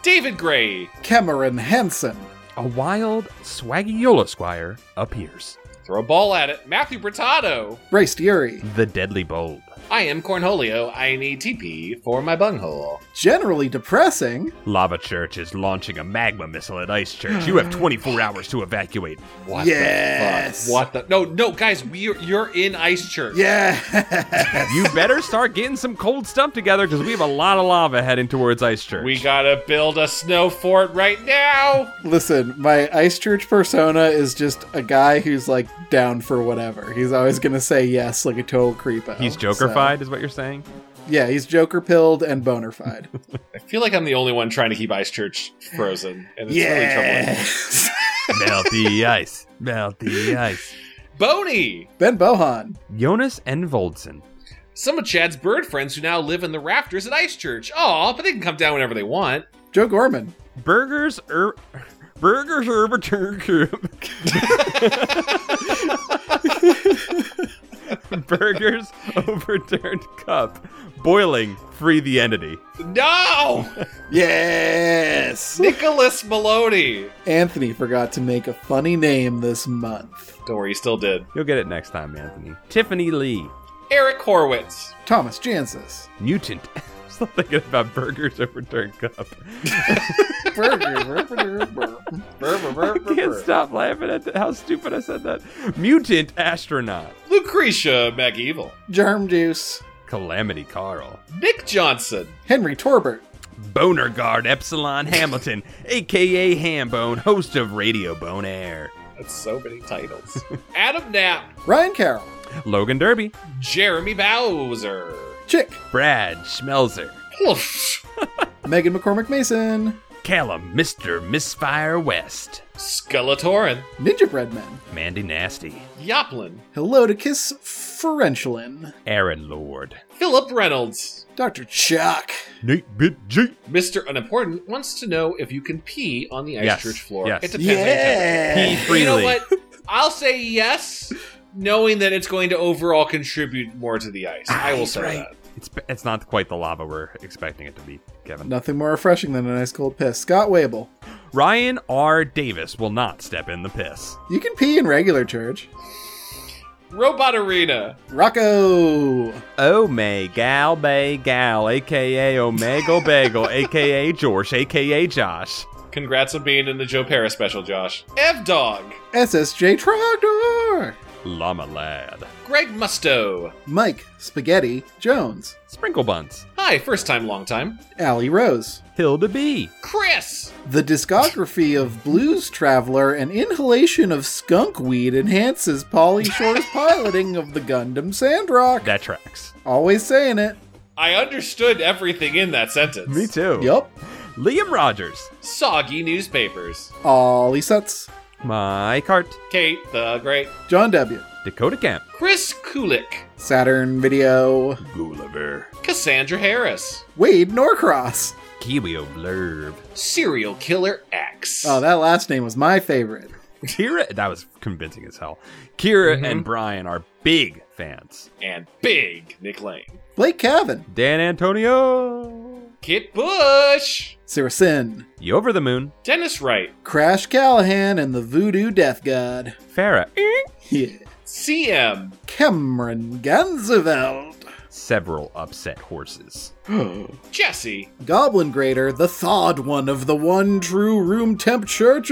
Speaker 1: David Gray,
Speaker 3: Cameron Henson.
Speaker 2: A wild Swagiola Squire appears.
Speaker 1: throw a ball at it. Matthew Brittato,
Speaker 3: Bryce Yuri.
Speaker 2: The Deadly Bold.
Speaker 1: I am Cornholio. I need TP for my bunghole.
Speaker 3: Generally depressing.
Speaker 2: Lava Church is launching a magma missile at Ice Church.
Speaker 1: [GASPS]
Speaker 2: You have 24 hours to evacuate.
Speaker 1: What
Speaker 3: Yes.
Speaker 1: the fuck? What the? No, no, guys, we are, you're in Ice Church.
Speaker 3: Yeah. [LAUGHS]
Speaker 2: You better start getting some cold stuff together because we have a lot of lava heading towards Ice Church.
Speaker 1: We gotta build a snow fort right now.
Speaker 3: Listen, my Ice Church persona is just a guy who's like down for whatever. He's always gonna say yes like a total creepo.
Speaker 2: He's
Speaker 3: So-
Speaker 2: Jokerfied, is what you're saying?
Speaker 1: [LAUGHS]
Speaker 3: yeah, he's Joker pilled and
Speaker 2: [LAUGHS]
Speaker 3: bonerfied.
Speaker 1: I feel like I'm the only one trying to keep Ice Church frozen, and it's really troubling.
Speaker 2: Melt the ice. Melt the ice.
Speaker 1: Boney,
Speaker 3: [LAUGHS] ben Bohan.
Speaker 2: Jonas Envoldsen.
Speaker 1: some of Chad's bird friends who now live in the rafters at Ice Church. Aw, but they can come down whenever they want.
Speaker 3: Joe Gorman.
Speaker 2: Burgers er Burgers Urbaturn Cup. Burgers overturned cup. Boiling, free the entity.
Speaker 1: No,
Speaker 3: Yes.
Speaker 1: Nicholas Maloney.
Speaker 3: Anthony forgot to make a funny name this month.
Speaker 1: Don't worry, he still did.
Speaker 2: You'll get it next time, Anthony. Tiffany Lee.
Speaker 1: Eric Horwitz.
Speaker 3: Thomas Jansis.
Speaker 2: Mutant. [LAUGHS] I'm still thinking about Burgers Overturned Cup.
Speaker 1: Burr, burr, burr, burr,
Speaker 2: Can't
Speaker 1: burr.
Speaker 2: stop laughing at how stupid I said that. Mutant astronaut.
Speaker 1: Lucretia McEvil.
Speaker 3: Germ Juice.
Speaker 2: Calamity Carl.
Speaker 1: Nick Johnson.
Speaker 3: Henry Torbert.
Speaker 2: Boner Guard Epsilon Hamilton, aka Hambone, host of Radio Bone Air.
Speaker 1: That's so many
Speaker 2: [LAUGHS]
Speaker 1: titles. Adam Knapp.
Speaker 3: Ryan Carroll.
Speaker 2: Logan Derby,
Speaker 1: Jeremy Bowser.
Speaker 3: Chick.
Speaker 2: Brad Schmelzer,
Speaker 1: Oof.
Speaker 3: Megan McCormick Mason.
Speaker 2: Callum Mr. Misfire West,
Speaker 1: Skeletorin.
Speaker 3: Ninja Breadman.
Speaker 2: Mandy Nasty,
Speaker 1: Yoplin.
Speaker 3: Hello to Kiss Ferenchlin.
Speaker 2: Aaron Lord,
Speaker 1: Philip Reynolds.
Speaker 3: Dr. Chuck.
Speaker 2: Nate Bit G.
Speaker 1: Mr. Unimportant wants to know if you can pee on the ice
Speaker 2: Yes,
Speaker 1: church floor.
Speaker 2: yes.
Speaker 1: It depends on your temperature.
Speaker 2: He
Speaker 3: Yeah.
Speaker 2: freely.
Speaker 1: You know what? I'll say yes, knowing that it's going to overall contribute more to the ice. I will
Speaker 2: He's
Speaker 1: say
Speaker 2: right.
Speaker 1: that.
Speaker 2: It's, it's not quite the lava we're expecting it to be, Kevin.
Speaker 3: Nothing more refreshing than an ice cold piss. Scott Wable.
Speaker 2: Ryan R. Davis will not step in the piss.
Speaker 3: You can pee in regular church.
Speaker 1: Robot Arena.
Speaker 3: Rocco.
Speaker 2: Omegal Bay Gal, aka Omegle [LAUGHS] Bagel, aka Josh, aka Josh.
Speaker 1: Congrats on being in the Joe Para special, Josh. Ev Dog.
Speaker 3: SSJ Trogdor.
Speaker 2: Llama Lad.
Speaker 1: Greg Musto.
Speaker 3: Mike Spaghetti Jones.
Speaker 2: Sprinkle Buns.
Speaker 1: Hi, first time, long time.
Speaker 3: Allie Rose.
Speaker 2: Hilda B.
Speaker 1: Chris.
Speaker 3: The discography of Blues Traveler and inhalation of skunk weed enhances Polly Shore's piloting of the Gundam Sandrock.
Speaker 2: That tracks.
Speaker 3: Always saying it.
Speaker 1: I understood everything in that sentence.
Speaker 2: too.
Speaker 3: Yup.
Speaker 2: Liam Rogers.
Speaker 1: Soggy newspapers.
Speaker 3: Ollie Sutz.
Speaker 2: My Cart.
Speaker 1: Kate the Great.
Speaker 3: John W.
Speaker 2: Dakota Camp.
Speaker 1: Chris Kulik.
Speaker 3: Saturn Video.
Speaker 2: Gulliver.
Speaker 1: Cassandra Harris.
Speaker 3: Wade Norcross.
Speaker 2: Kiwio Blurb.
Speaker 1: Serial Killer X.
Speaker 3: Oh, that last name was my favorite.
Speaker 2: [LAUGHS] Kira. That was convincing as hell. Kira
Speaker 1: Mhm.
Speaker 2: and Brian are big fans.
Speaker 1: and big Nick Lane.
Speaker 3: Blake Cavan.
Speaker 2: Dan Antonio.
Speaker 1: Kit Bush,
Speaker 3: Sarah Sin,
Speaker 2: You over the moon,
Speaker 1: Dennis Wright,
Speaker 3: Crash Callahan, and the Voodoo Death God.
Speaker 2: Farah,
Speaker 3: Yeah.
Speaker 1: CM,
Speaker 3: Cameron Ganzeveld.
Speaker 2: several upset horses.
Speaker 1: Jesse,
Speaker 3: [GASPS] Goblin Grader, the thawed one of the one true room temp church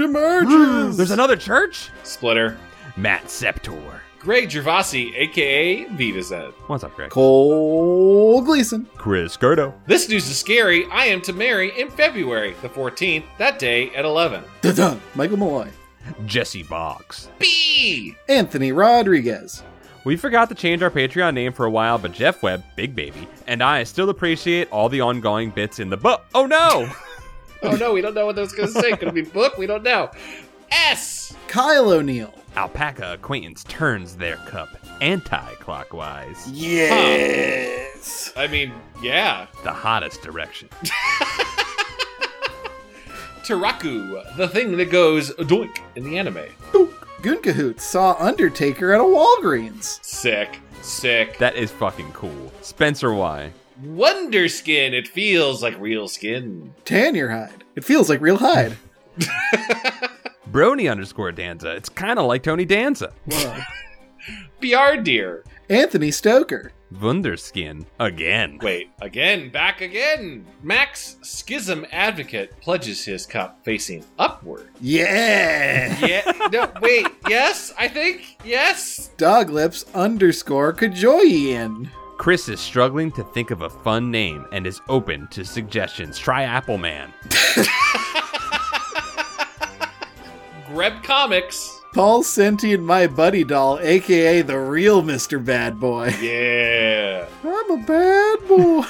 Speaker 2: [GASPS]
Speaker 3: emerges.
Speaker 2: There's another church.
Speaker 1: Splitter,
Speaker 2: Matt Septor.
Speaker 1: Greg Gervasi, aka Vita Zed.
Speaker 2: What's up, Greg?
Speaker 3: Cole Gleason.
Speaker 2: Chris Gerdo.
Speaker 1: This news is scary. I am to marry in February the 14th, that day at 11.
Speaker 3: Dun-dun. Michael Malloy.
Speaker 2: Jesse Boggs.
Speaker 1: B!
Speaker 3: Anthony Rodriguez.
Speaker 2: We forgot to change our Patreon name for a while, but Jeff Webb, Big Baby, and I still appreciate all the ongoing bits in the book. Oh no!
Speaker 1: Oh no, we don't know what that was going to say. Going to be book? We don't know. S!
Speaker 3: Kyle O'Neill.
Speaker 2: Alpaca acquaintance turns their cup anti-clockwise,
Speaker 1: Yes. I mean, yeah.
Speaker 2: the hottest direction. [LAUGHS]
Speaker 1: Teraku, the thing that goes doink in the anime.
Speaker 3: Goonkahoot saw Undertaker at a Walgreens.
Speaker 1: Sick. Sick.
Speaker 2: That is fucking cool. Spencer Y.
Speaker 1: Wonder skin. It feels like real skin.
Speaker 3: Tanner Hyde. It feels like real Hyde.
Speaker 2: Brony underscore Danza. It's kind of like Tony Danza.
Speaker 3: Whoa.
Speaker 1: BR deer.
Speaker 3: [LAUGHS] Anthony Stoker.
Speaker 2: Wunderskin again.
Speaker 1: Wait, again, back again. Max Schism Advocate pledges his cup facing upward.
Speaker 3: Yeah.
Speaker 1: Yeah. No, wait. Yes, I think. Yes.
Speaker 3: Doglips underscore Kajoyian.
Speaker 2: Chris is struggling to think of a fun name and is open to suggestions. Try Appleman.
Speaker 1: Greb Comics.
Speaker 3: Paul Sentient My Buddy Doll, aka the real Mr. Bad Boy.
Speaker 1: Yeah.
Speaker 3: I'm a bad boy.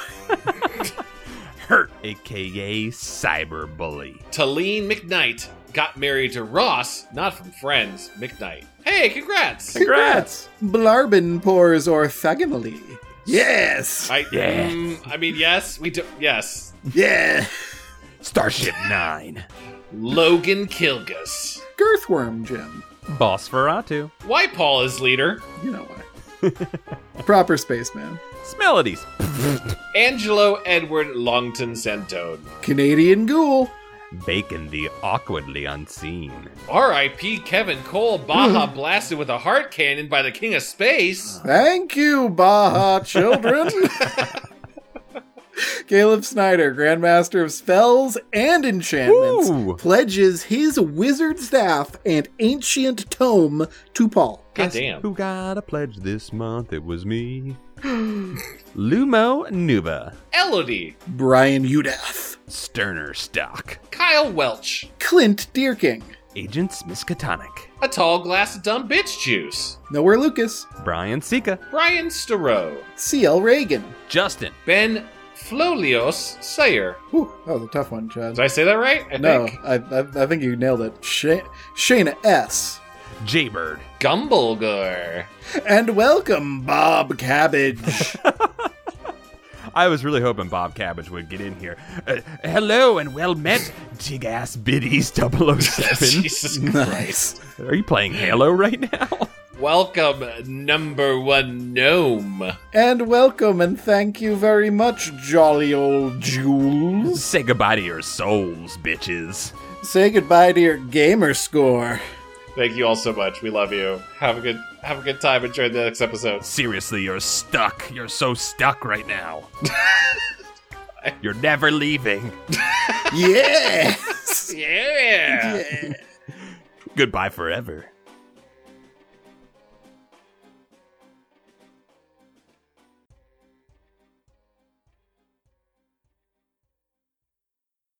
Speaker 2: Hurt, aka Cyberbully.
Speaker 1: Talene McKnight got married to Ross, not from Friends, McKnight. Hey, congrats.
Speaker 3: [LAUGHS]
Speaker 2: Congrats.
Speaker 3: Blarbin pours orthogonally. Yes.
Speaker 1: I,
Speaker 2: Yeah.
Speaker 1: mm, I mean, yes, we do. Yes.
Speaker 3: Yeah.
Speaker 2: Starship 9.
Speaker 1: Logan Kilgus.
Speaker 3: Girthworm Jim.
Speaker 2: Bosferatu.
Speaker 1: Why Paul is leader?
Speaker 3: You know why. Proper spaceman.
Speaker 2: Smellities.
Speaker 1: Angelo Edward Longton Santone.
Speaker 3: [LAUGHS]
Speaker 2: [GASPS]
Speaker 1: [LAUGHS]
Speaker 2: Uh, oh
Speaker 1: [LAUGHS]
Speaker 2: [LAUGHS]
Speaker 1: [LAUGHS]